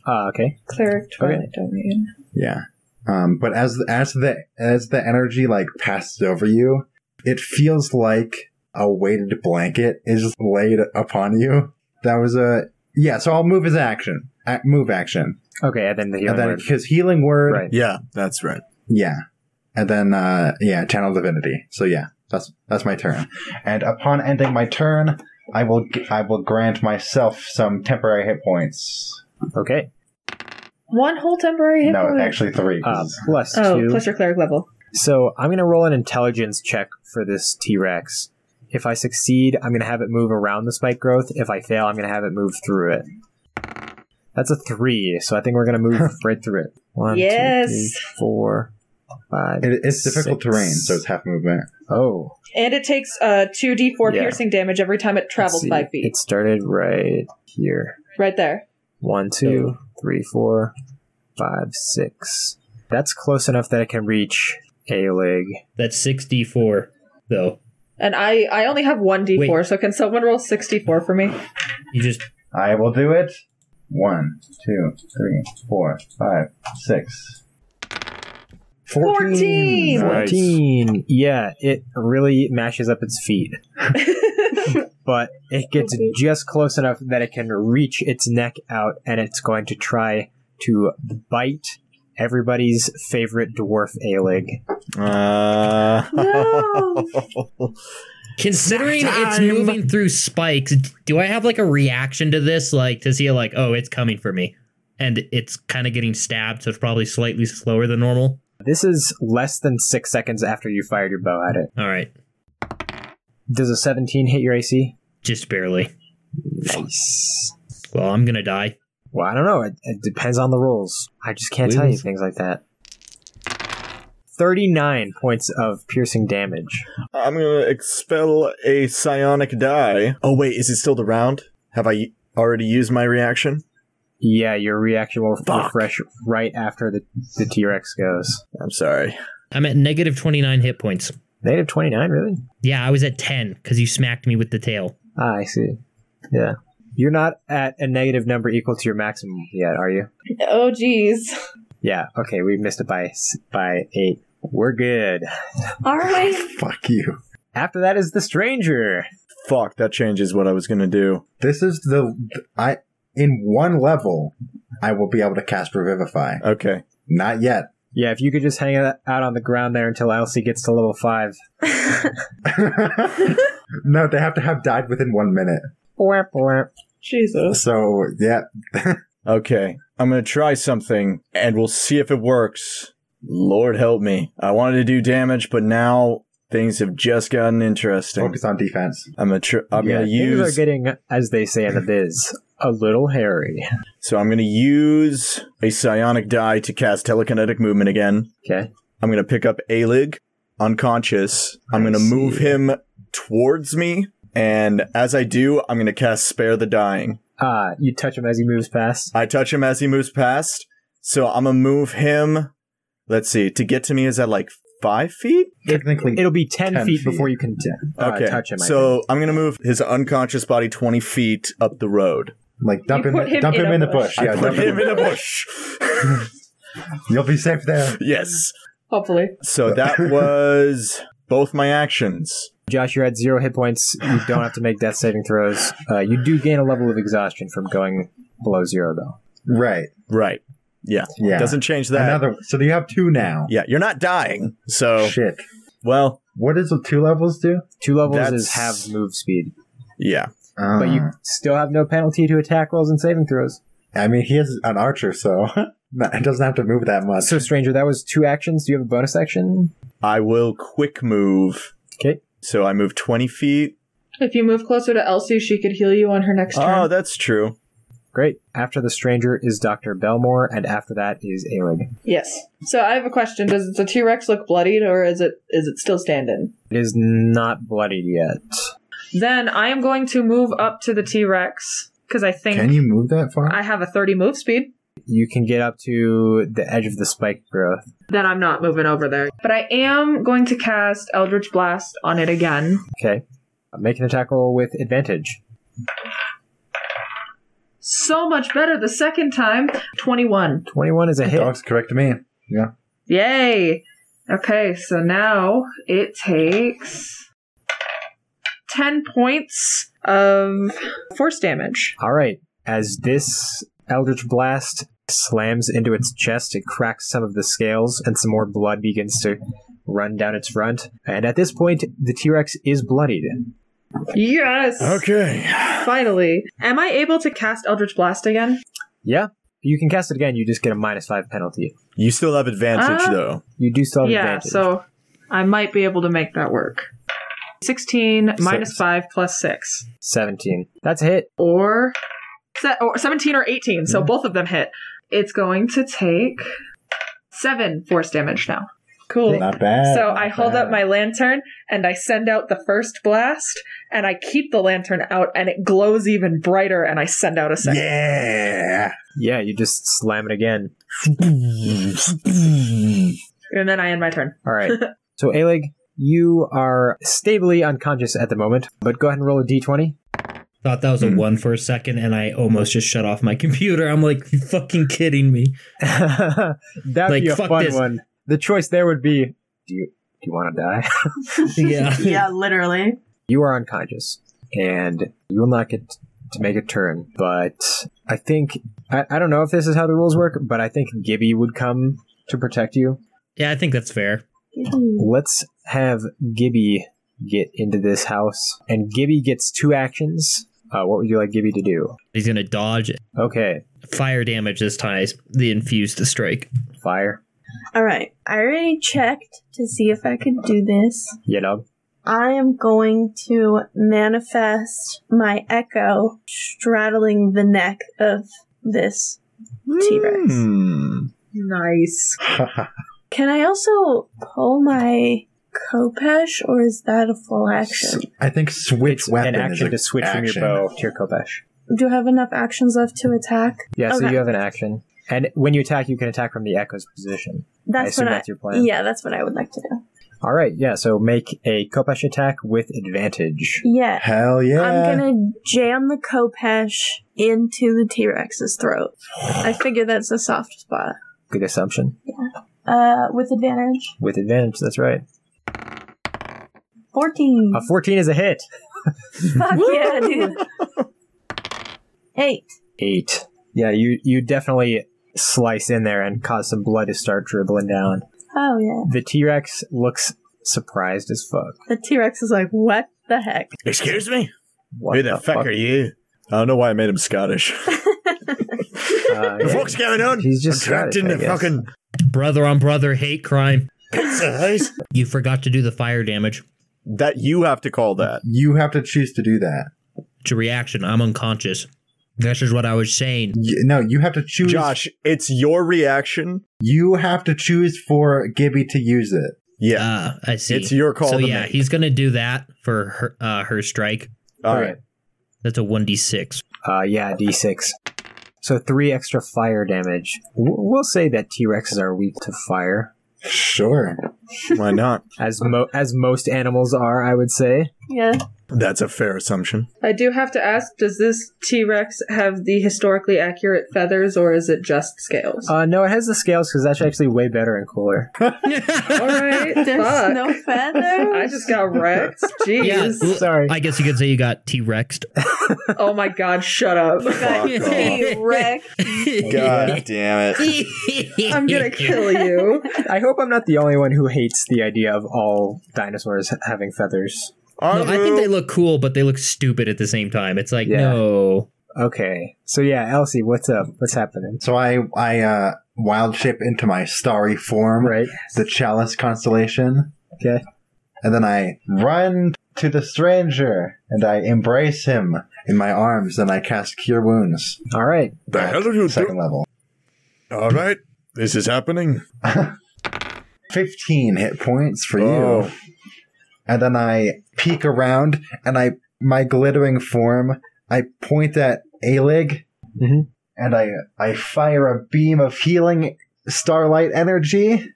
Uh, okay.
cleric twilight domain.
Yeah. Um, but as as the as the energy like passes over you, it feels like a weighted blanket is laid upon you. That was a yeah. So I'll move his action. Ac- move action.
Okay, and then the healing
and then
word.
his healing word.
Right.
Yeah, that's right.
Yeah. And then uh yeah, channel divinity. So yeah, that's that's my turn. And upon ending my turn, I will g- I will grant myself some temporary hit points.
Okay.
One whole temporary hit
No,
point.
actually three.
Uh, plus
oh,
two.
plus your cleric level.
So I'm gonna roll an intelligence check for this T Rex. If I succeed, I'm gonna have it move around the spike growth. If I fail, I'm gonna have it move through it. That's a three, so I think we're gonna
[LAUGHS]
move right through it. One, two,
Yes.
three, four, five.
It, it's difficult
six.
terrain, so it's half movement.
Oh,
And it takes uh, 2d4
Yeah.
piercing damage every time it
let's
travels
see.
5 feet.
It started right here.
Right there.
One, two, three, four, five, six. That's close enough that it can reach a leg.
That's 64, though.
And I, I only have one d4,
Wait.
so can someone roll 64 for me? [LAUGHS]
You just
I will do it. One, two, three, four, five, six.
14!
Nice.
14. Yeah, it really mashes up its feet. but it gets
Okay.
just close enough that it can reach its neck out and it's going to try to bite everybody's favorite dwarf A-leg.
Uh, [LAUGHS]
No.
Considering it's
Time.
moving through spikes, do I have like a reaction to this? Like to see like, oh, it's coming for me. And it's kind of getting stabbed, so it's probably slightly slower than normal.
This is less than six seconds after you fired your bow at it.
All right,
Does a 17 hit your AC?
just barely.
Nice.
Well, I'm gonna die.
Well, I don't know. It, it depends on the rules. I just can't tell you
Wheels.
things like that. 39 points of piercing damage.
I'm gonna expel a psionic die. Oh wait, is it still the round? Have I already used my reaction?
Yeah, your reaction will
Fuck.
refresh right after the, the T Rex goes.
I'm sorry.
I'm at negative 29 hit points.
Negative 29, really?
Yeah, I was at 10 because you smacked me with the tail.
Ah, I see. Yeah. You're not at a negative number equal to your maximum yet, are you?
oh, geez.
Yeah, okay, we missed it by s- by 8. We're good.
All right.
Fuck you.
After that is the stranger.
Fuck, that changes what I was gonna do.
This is the I in one level. I will be able to cast Revivify.
Okay.
Not yet.
Yeah, if you could just hang out out on the ground there until Elsie gets to level 5.
[LAUGHS] no, they have to have died within one minute.
Bwah, bwah.
Jesus.
So yeah,
Okay. I'm gonna try something and we'll see if it works. Lord help me. I wanted to do damage, but now things have just gotten interesting.
focus on defense.
I'm gonna tr- I'm
Yeah,
gonna
things
use
are getting, as they say in
[LAUGHS]
the biz, a little hairy.
so I'm gonna use a psionic die to cast telekinetic movement again.
Okay.
I'm gonna pick up Alig, unconscious. I'm
I
gonna
see.
move him towards me, and as I do, I'm gonna cast Spare the Dying.
Uh, you touch him as he moves past.
I touch him as he moves past, so I'm gonna move him. Let's see, to get to me is at like five feet.
Technically,
It'll be 10,
10
feet,
feet.
before you can t- uh,
okay,
touch him. I
so I'm gonna move his unconscious body twenty feet up the road.
like dump
You
him,
put him
dump
in
him
a
in the
bush.
bush.
I
Yeah,
put
dump him.
him in a bush.
You'll be safe there.
yes.
Hopefully.
So that was both my actions.
think. Josh, you're at zero hit points. You don't have to make death saving throws. Uh, you do gain a level of exhaustion from going below zero, though.
Right.
Right. Yeah.
Yeah.
Doesn't change that.
Another. So you have two now.
yeah, you're not dying. So,
Shit.
well,
What does the two levels do?
Two levels is
That's-
have move speed,
yeah.
Uh,
but you still have no penalty to attack rolls and saving throws.
I mean, he is an archer, so [LAUGHS] not- it doesn't have to move that much.
So, stranger, that was two actions. Do you have a bonus action?
I will quick move.
'Kay.
So I move 20 feet.
If you move closer to Elsie, she could heal you on her next
Oh,
turn.
that's true.
Great. After the stranger is Doctor Belmore, and after that is Aelig.
yes. So I have a question: Does the T Rex look bloodied, or is it is it still standing?
It is not bloodied yet.
Then I am going to move up to the T Rex because I think
Can you move that far?
I have a thirty move speed.
You can get up to the edge of the spike growth.
Then I'm not moving over there. But I am going to cast Eldritch Blast on it again.
Okay. Make an attack roll with advantage.
So much better the second time. Twenty-one.
21 is a hit.
Dogs correct me.
Yay! Okay, so now it takes 10 points of force damage.
All right. As this Eldritch Blast slams into its chest, it cracks some of the scales, and some more blood begins to run down its front. And at this point, the T Rex is bloodied.
Yes!
Okay.
Finally. Am I able to cast Eldritch Blast again?
Yeah. You can cast it again, you just get a minus five penalty.
You still have advantage,
Uh,
though.
Oh, You do still have
yeah,
advantage.
so I might be able to make that work. 16 minus
Six.
5 plus 6.
17. That's a hit.
Or, se- or 17 or 18,
Hmm.
so both of them hit. It's going to take 7 force damage now. Cool.
Not bad.
So
not
I hold
bad.
up my lantern and I send out the first blast, and I keep the lantern out, and it glows even brighter, and I send out a second.
Yeah.
Yeah, you just slam it again.
And then I end my turn.
All right. so, Alig, you are stably unconscious at the moment, but go ahead and roll a d20.
Thought that was a
Hmm.
one for a second, and I almost just shut off my [LAUGHS] computer. I'm like, you fucking kidding me.
[LAUGHS] That'd
Like,
be a
fuck
fun
this.
one. The choice there would be do you do you want to die? [LAUGHS]
Yeah.
yeah, [LAUGHS] literally.
you are unconscious and you will not get to make a turn, but I think I, I don't know if this is how the rules work, but I think Gibby would come to protect you.
Yeah, I think that's fair.
Let's have Gibby get into this house and Gibby gets two actions. Uh, what would you like Gibby to do?
He's going to dodge
Okay,
fire damage this time, is the infused strike.
fire.
All right. I already checked to see if I could do this.
You know,
I am going to manifest my echo straddling the neck of this T Rex.
Hmm.
Nice.
Can I also pull my Kopesh or is that a full action?
[LAUGHS] I think switch
it's
weapon
an action
is
to
a
switch
action.
from your bow to your kopesh.
Do I have enough actions left to attack?
Yeah, so
Okay.
you have an action. And when you attack, you can attack from the Echo's position. I
That's
assume
what I.
that's your plan.
Yeah, that's what I would like to do.
All right, yeah, so make a Kopesh attack with advantage.
Yeah.
Hell yeah.
Uh.
I'm gonna jam the Kopesh into the T Rex's throat. I figure that's a soft spot.
Good assumption.
Uh, with advantage.
With advantage, that's right.
14.
A 14 is a hit.
[LAUGHS] Fuck yeah, dude. Eight.
Eight. Yeah, you, you definitely slice in there and cause some blood to start dribbling down.
Oh, yeah.
The T Rex looks surprised as fuck.
The T Rex is like, what the heck?
Excuse me?
What
Who the, fuck, are you?
I don't know why I made him Scottish.
Uh,
The
yeah.
[LAUGHS]
fuck's going on?
He's just
I'm trapped
Scottish,
in
I
the
guess.
fucking
Brother on brother hate crime.
pizza house.
You forgot to do the fire damage.
that you have to call that.
you have to choose to do that.
It's a reaction. I'm unconscious. This is what I was saying.
Y- no, you have to choose.
Josh, it's your reaction.
You have to choose for Gibby to use it.
Yeah.
Ah, I see.
It's your call
So
to
yeah,
make.
he's gonna do that for her, uh, her strike.
All
Okay.
right.
That's a one d
[LAUGHS]
six.
Uh, yeah, D6. So three extra fire damage. W- We'll say that T Rexes are weak to fire.
Sure.
Why not?
as mo- as most animals are, I would say.
Yeah.
That's a fair
[LAUGHS]
assumption.
I do have to ask does this T Rex have the historically accurate feathers or is it just scales?
Uh, no, it has the scales because that's actually way better and cooler. [LAUGHS]
Alright,
[LAUGHS] There's
fuck.
no feathers.
[LAUGHS]
I just got
[LAUGHS]
wrecked.
Yeah,
Jeez.
well,
Sorry.
I guess you could say you got T Rexed.
Oh my god, shut up. [LAUGHS]
got
Fuck
T-Rex.
[LAUGHS]
[LAUGHS]
[LAUGHS]
God damn it.
I'm gonna kill you.
I hope I'm not the only one who hates the idea of all dinosaurs having feathers.
No, I think they look cool, but they look stupid at the same time. It's like,
Yeah.
no.
Okay. So yeah, Elsie, what's up? What's happening?
So I I uh, wild shape into my starry form,
Right.
the chalice constellation.
Okay.
And then I run to the stranger and I embrace him in my arms and I cast cure wounds.
All right.
The
at
hell are you
Second
doing?
level.
All right. This is happening.
15 hit points for
Oh.
you. And then I peek around and I my glittering form, I point at Alig
Mhm.
and I I fire a beam of healing starlight energy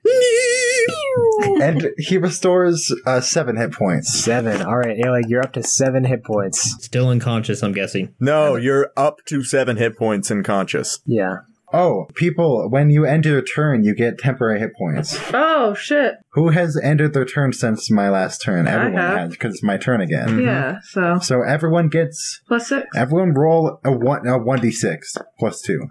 and he restores uh, 7 hit points.
Seven. All right, Alec, you're up to seven hit points.
Still unconscious, I'm guessing.
No, you're up to seven hit points and conscious.
Yeah.
Oh, people, when you end your turn, you get temporary hit points.
Oh shit.
Who has ended their turn since my last turn?
I
Everyone
have.
has because it's my turn again.
Yeah, so
So everyone gets
plus six.
Everyone roll a one a one d six plus two,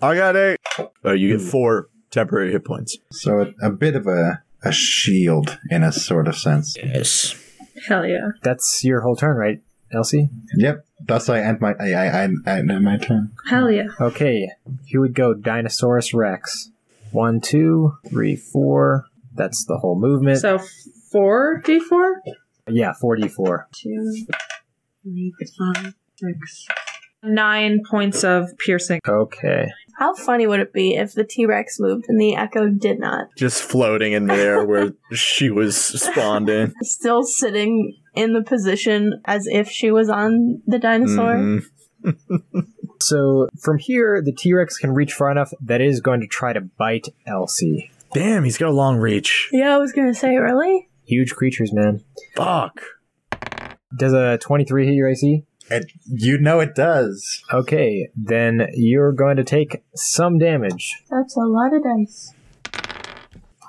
I got eight. Oh, you get four temporary hit points.
so a, a bit of a a shield in a sort of sense.
Yes.
Hell yeah.
That's your whole turn, right, Elsie?
Yep, thus I end my I I, I, I end my turn.
Hell yeah.
Okay. Here we go. Dinosaurus Rex. One, two, three, four. That's the whole movement.
So four D four?
yeah, 44.
Two, three, five, six. Nine points of piercing.
Okay.
How funny would it be if the T Rex moved and the Echo did not?
Just floating in there where she was spawned in.
Still sitting in the position as if she was on the dinosaur.
Mm-hmm.
Mhm.
So from here, the T Rex can reach far enough that it is going to try to bite Elsie.
Damn, he's got a long reach.
Yeah, I was gonna say, really?
Huge creatures, man.
Fuck.
Does a 23 hit your AC?
And you know it does.
Okay, then you're going to take some damage.
That's a lot of dice.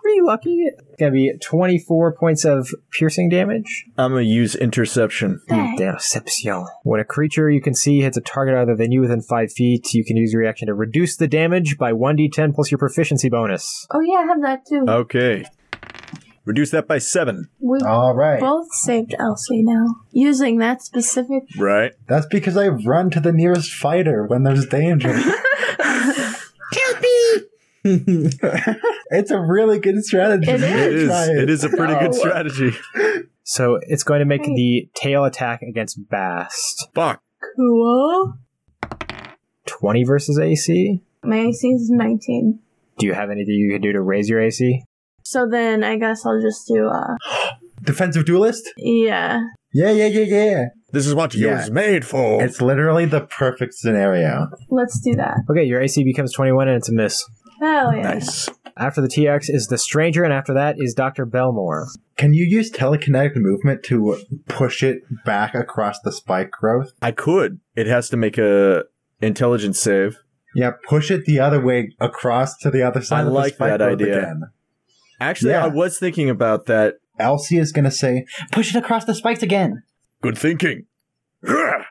Pretty lucky. It's going to be 24 points of piercing damage.
I'm gonna use interception.
Mm-hmm.
Dang.
Deception. When a creature you can see hits a target other than you within 5 feet, you can use your reaction to reduce the damage by 1d10 plus your proficiency bonus.
Oh yeah, I have that too.
Uh,
Okay. Reduce that by seven.
we
All right,
both saved Elsie now using that specific.
Right.
that's because I run to the nearest fighter when there's danger. [LAUGHS] it's a really good strategy.
It
You
is.
should
It is.
try
It is a pretty good
No.
strategy.
So it's going to make
Great.
the tail attack against Bast.
Fuck.
Cool.
20 versus AC?
My AC is 19.
Do you have anything you can do to raise your AC?
So then I guess I'll just do, uh,
Defensive duelist.
yeah.
Yeah, yeah, yeah, yeah.
This is what you
Yeah.
was made for.
It's literally the perfect scenario.
Let's do that.
Okay, your AC becomes 21 and it's a miss.
Hell yeah.
nice.
After the TX is the Stranger, and after that is Dr. Belmore.
Can you use telekinetic movement to push it back across the spike growth?
I could. It has to make a intelligence save.
Yeah, push it the other way across to the other side.
I
of
like
the spike
that
growth
idea.
Again.
Actually,
Yeah.
I was thinking about that.
Elsie is gonna say, "Push it across the
[LAUGHS]
spikes again."
Good thinking. Hurrah!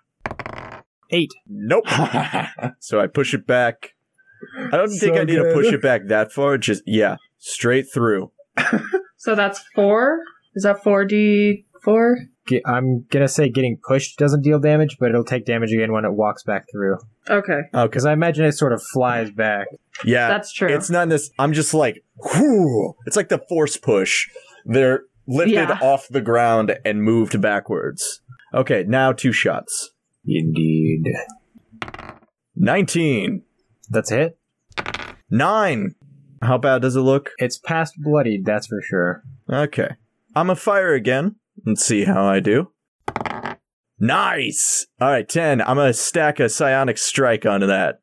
Eight.
Nope. so I push it back. I don't think
So
I need to
good.
push it back that far. Just yeah, straight through.
So that's four? Is that four D four?
Ge- I'm gonna say getting pushed doesn't deal damage, but it'll take damage again when it walks back through.
Okay.
Okay.
Because I imagine it sort of flies back.
Yeah.
That's true.
Uh, It's not this. I'm just like, whew. It's like the force push. They're lifted
Yeah.
off the ground and moved backwards. Okay, now two shots.
Indeed.
19.
That's a hit.
Nine. How bad does it look?
It's past bloodied, that's for sure.
Okay. I'm a fire again. Let's see how I do. Nice. All right, 10. I'm going to stack a psionic strike onto that.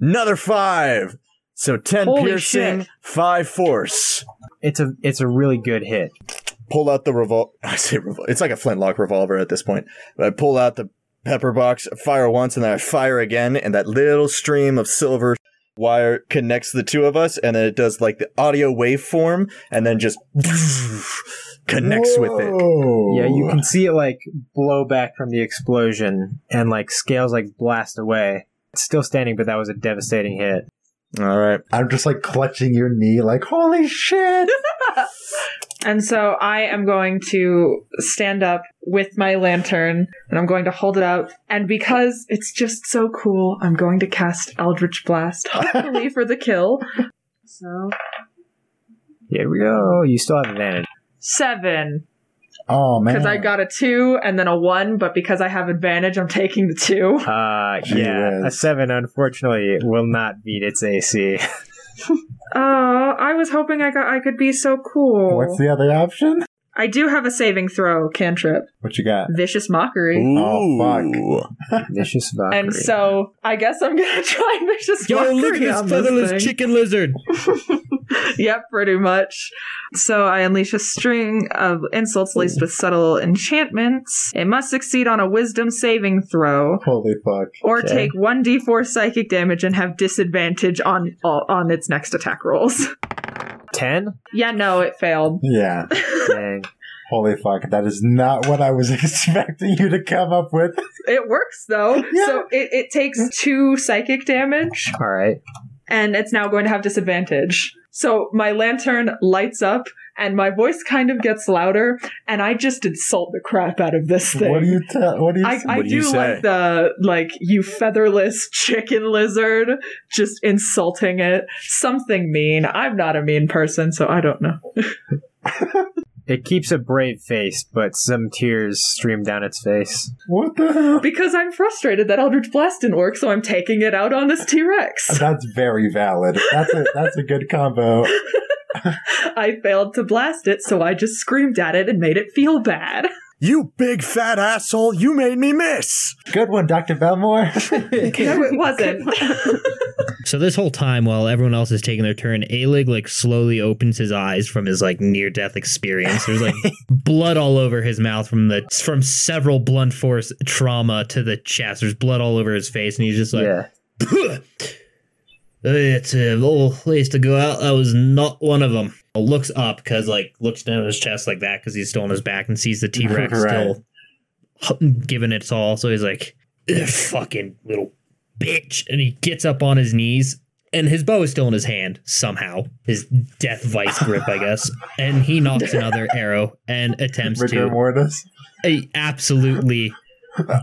Another 5. So 10
Holy
piercing,
shit.
5 force.
It's a it's a really good hit.
pull out the revolver. [LAUGHS] I say revolver. It's like a flintlock revolver at this point. But I pull out the pepper box, fire once, and then I fire again, and that little stream of silver wire connects the two of us, and then it does like the audio waveform, and then just [LAUGHS] connects with it.
Yeah, you can see it like blow back from the explosion and like scales like blast away. It's still standing, but that was a devastating hit.
All right.
I'm just like clutching your knee, like,
[LAUGHS]
holy shit.
And so I am going to stand up with my lantern and I'm going to hold it out. And because it's just so cool, I'm going to cast Eldritch Blast, hopefully for the kill. So,
Here we go. You still have advantage.
seven.
Oh, man.
Because I got a two and then a one, but because I have advantage, I'm taking the two.
Uh, yeah, a
Yes.
seven unfortunately will not beat its AC.
Oh, I was hoping I got I could be so cool.
What's the other option?
I do have a saving throw cantrip,
What you got?
vicious mockery,
Oh, fuck.
Ooh.
Vicious Valkyrie.
and so I guess I'm gonna [LAUGHS] try and vicious
Yo,
mockery
look at
on
this featherless
thing.
chicken lizard.
yep, pretty much. So I unleash a string of insults laced with subtle enchantments. It must succeed on a wisdom saving throw
Holy fuck.
or
Okay.
take 1d4 psychic damage and have disadvantage on all, on its next attack rolls. [LAUGHS]
Ten?
yeah, no, it failed.
Yeah.
Dang.
Holy fuck. That is not what I was [LAUGHS] expecting you to come up with.
It works though.
Yeah.
So it, it takes 2 psychic damage
All right.
and it's now going to have disadvantage. So my lantern lights up and my voice kind of gets louder and I just insult the crap out of this thing.
What do you tell? What do you
I,
say?
I
What do
do
you say?
like the like you featherless chicken lizard just insulting it. Something mean. I'm not a mean person, so I don't know.
It keeps a brave face, but some tears stream down its face.
What the hell?
Because I'm frustrated that Eldritch Blast didn't work, so I'm taking it out on this T Rex.
[LAUGHS] That's very valid. That's a that's a good combo.
I failed to blast it, so I just screamed at it and made it feel bad.
You big fat asshole, you made me miss.
Good one, Dr. Belmore. [LAUGHS]
no,
[LAUGHS]
it wasn't.
So this whole time, while everyone else is taking their turn, Alig like slowly opens his eyes from his like near death experience. There's like blood all over his mouth from the from several blunt force trauma to the chest. There's blood all over his face, and he's just like,
yeah.
"It's a little place to go out. I was not one of them." Looks up because like looks down at his chest like that because he's still on his back and sees the T Rex
[LAUGHS] Right.
still giving its all. So he's like, "Ugh, "Fucking little bitch!" And he gets up on his knees. And his bow is still in his hand somehow. His death vice grip, I guess. And he knocks another arrow and attempts
Rigor
to
mortis.
a- absolutely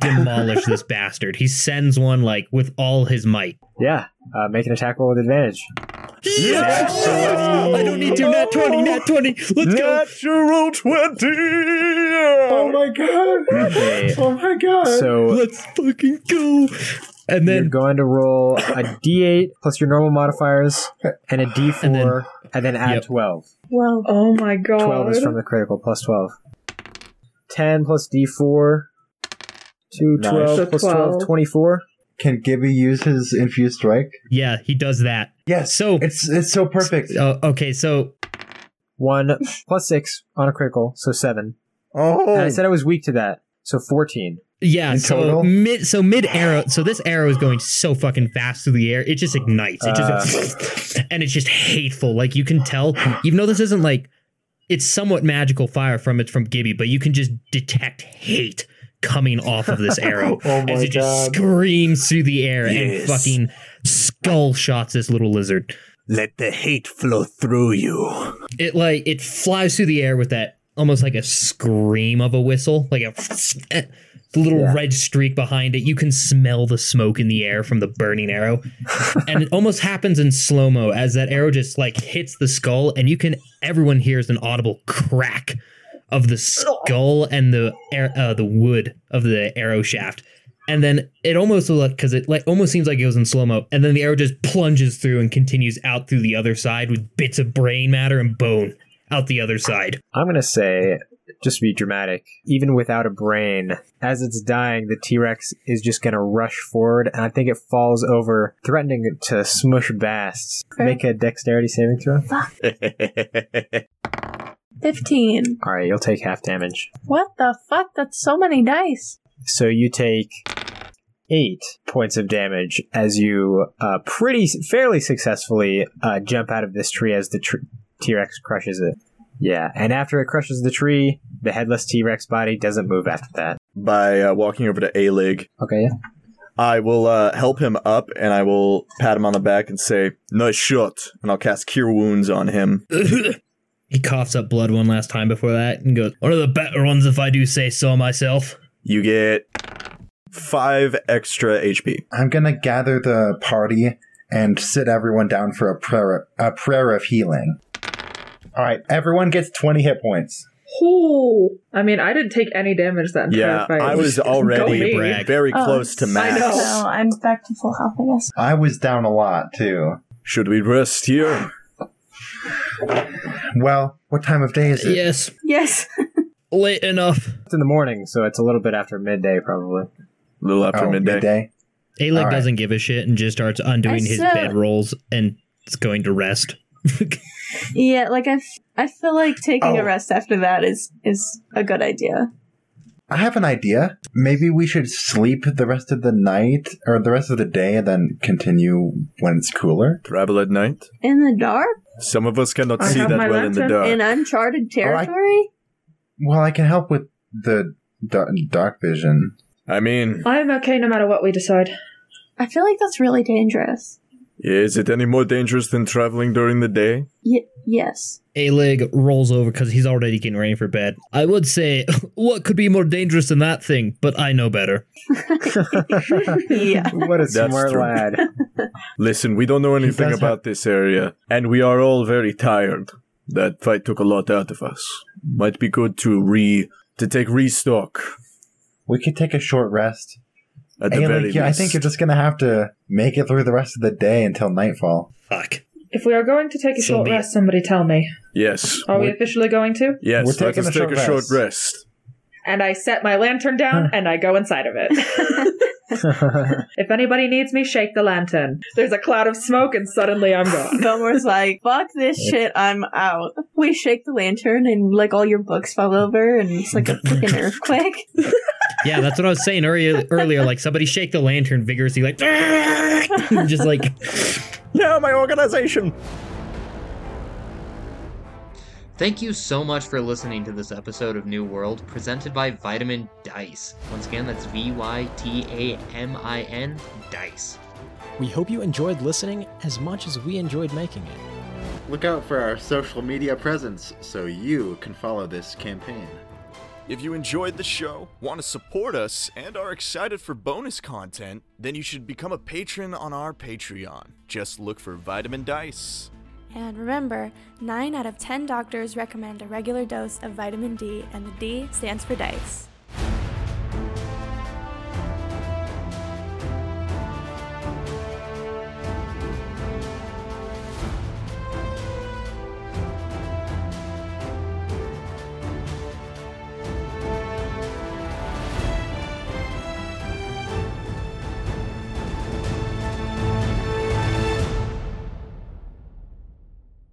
demolish this bastard. He sends one like with all his might.
Yeah. Uh, make an attack roll with advantage.
I don't need to. Nat 20, nat 20. Let's go.
Natural 20.
Oh my
[LAUGHS]
god. [LAUGHS]
Okay.
Oh my god.
So
Let's fucking go. And
you're
then
going to roll a d8 plus your normal modifiers and a d4 and
And
then,
then-
add
Yep.
12.
Well,
[LAUGHS] Oh my god.
12 is from the critical plus 12. 10 plus d4 2
Nice.
12
So
plus 12.
12.
24.
Can Gibby use his infused strike?
yeah, he does that.
Yes.
So
It's it's so perfect.
uh, okay, so
1 [LAUGHS] plus 6 on a critical, so 7.
Oh.
And I said I was weak to that, so 14.
yeah,
In
so
total?
mid so mid arrow, so this arrow is going so fucking fast through the air. It just ignites. It just
Uh.
[LAUGHS] and it's just hateful. Like you can tell, even though this isn't like it's somewhat magical fire from it's from Gibby, but you can just detect hate coming off of this arrow.
[LAUGHS] oh
as
my
it just
god.
screams through the air
Yes.
and fucking skull shots this little lizard.
Let the hate flow through you.
It like it flies through the air with that almost like a scream of a whistle, like a [LAUGHS] the little
Yeah.
red streak behind it. You can smell the smoke in the air from the burning arrow, and it almost happens in slow mo as that arrow just like hits the skull, and you can everyone hears an audible crack of the skull and the air, uh, the wood of the arrow shaft. And then it almost like because it like almost seems like it was in slow mo, and then the arrow just plunges through and continues out through the other side with bits of brain matter and bone out the other side.
I'm going to say, just to be dramatic, even without a brain, as it's dying, the T Rex is just going to rush forward, and I think it falls over, threatening to smush Bast.
Okay.
Make a dexterity saving throw.
15.
All right, you'll take half damage.
What the fuck? That's so many dice.
So you take eight points of damage as you uh, pretty fairly successfully uh, jump out of this tree as the T Rex crushes it. Yeah, and after it crushes the tree, the headless T Rex body doesn't move after that.
[LAUGHS] by uh, walking over to A Lig.
Okay,
I will uh, help him up and I will pat him on the back and say, Nice shot. And I'll cast Cure Wounds on him.
[LAUGHS] He coughs up blood one last time before that and goes, One of the better ones, if I do say so
[LAUGHS]
myself.
You get five extra HP.
I'm gonna gather the party and sit everyone down for a prayer a prayer of healing. All right, everyone gets 20 hit points.
Ooh. I mean, I didn't take any damage that entire
Yeah,
fight.
I
[LAUGHS]
was already
me.
Brag.
very
Oh,
close to max.
I know.
So I'm back to full health, I guess.
I was down a lot too.
Should we rest here?
Well, what time of day is it?
Yes,
Yes.
late enough.
it's in the morning, so it's a little bit after midday probably.
A little after
Oh,
midday.
midday.
Alec
All right.
doesn't give a shit and just starts undoing
I
his
still-
bed rolls and is going to rest.
Yeah, like I, f- I feel like taking
Oh.
a rest after that is is a good idea.
I have an idea. Maybe we should sleep the rest of the night or the rest of the day and then continue when it's cooler.
Travel at night.
In the dark?
Some of us cannot
I
see
have
that
my
well in the
lantern
dark.
In uncharted
Alright.
territory?
Well, I can help with the dark, dark vision.
I mean,
I'm okay no matter what we decide.
I feel like that's really dangerous.
is it any more dangerous than traveling during the day?
Y- yes.
Aleg rolls over because he's already getting ready for bed. I would say, [LAUGHS] what could be more dangerous than that thing? But I know better.
Yeah.
What a
That's
smart
true.
lad.
Listen, we don't know
He
anything
does
about this area, and we are all very tired. That fight took a lot out of us. Might be good to re to take restock
We could take a short rest.
at the
Hey,
very
like, yeah, I
least.
think you're just gonna have to make it through the rest of the day until nightfall.
Fuck.
If we are going to take a
So
short
be it.
rest, somebody tell me.
yes,
Are we
We're-
officially going to?
yes.
We're
Let
taking
us
a
take
short
a short rest.
And I set my lantern down and I go inside of
[LAUGHS]
it. [LAUGHS] if anybody needs me, shake the lantern. There's a cloud of smoke and suddenly I'm gone.
Belmore's [LAUGHS] like, fuck this shit, I'm out. We shake the lantern and like all your books fall over and
[LAUGHS]
it's like a freaking earthquake.
Yeah, that's what I was saying earlier. Earlier, like somebody shake the lantern vigorously, like [LAUGHS] just like
[LAUGHS] Yeah, my organization.
Thank you so much for listening to this episode of New World presented by Vitamin Dice. Once again, that's V Y T A M I N Dice.
We hope you enjoyed listening as much as we enjoyed making it.
Look out for our social media presence so you can follow this campaign.
If you enjoyed the show, want to support us, and are excited for bonus content, then you should become a patron on our Patreon. Just look for Vitamin Dice.
And remember, 9 out of 10 doctors recommend a regular dose of vitamin D, and the D stands for dice.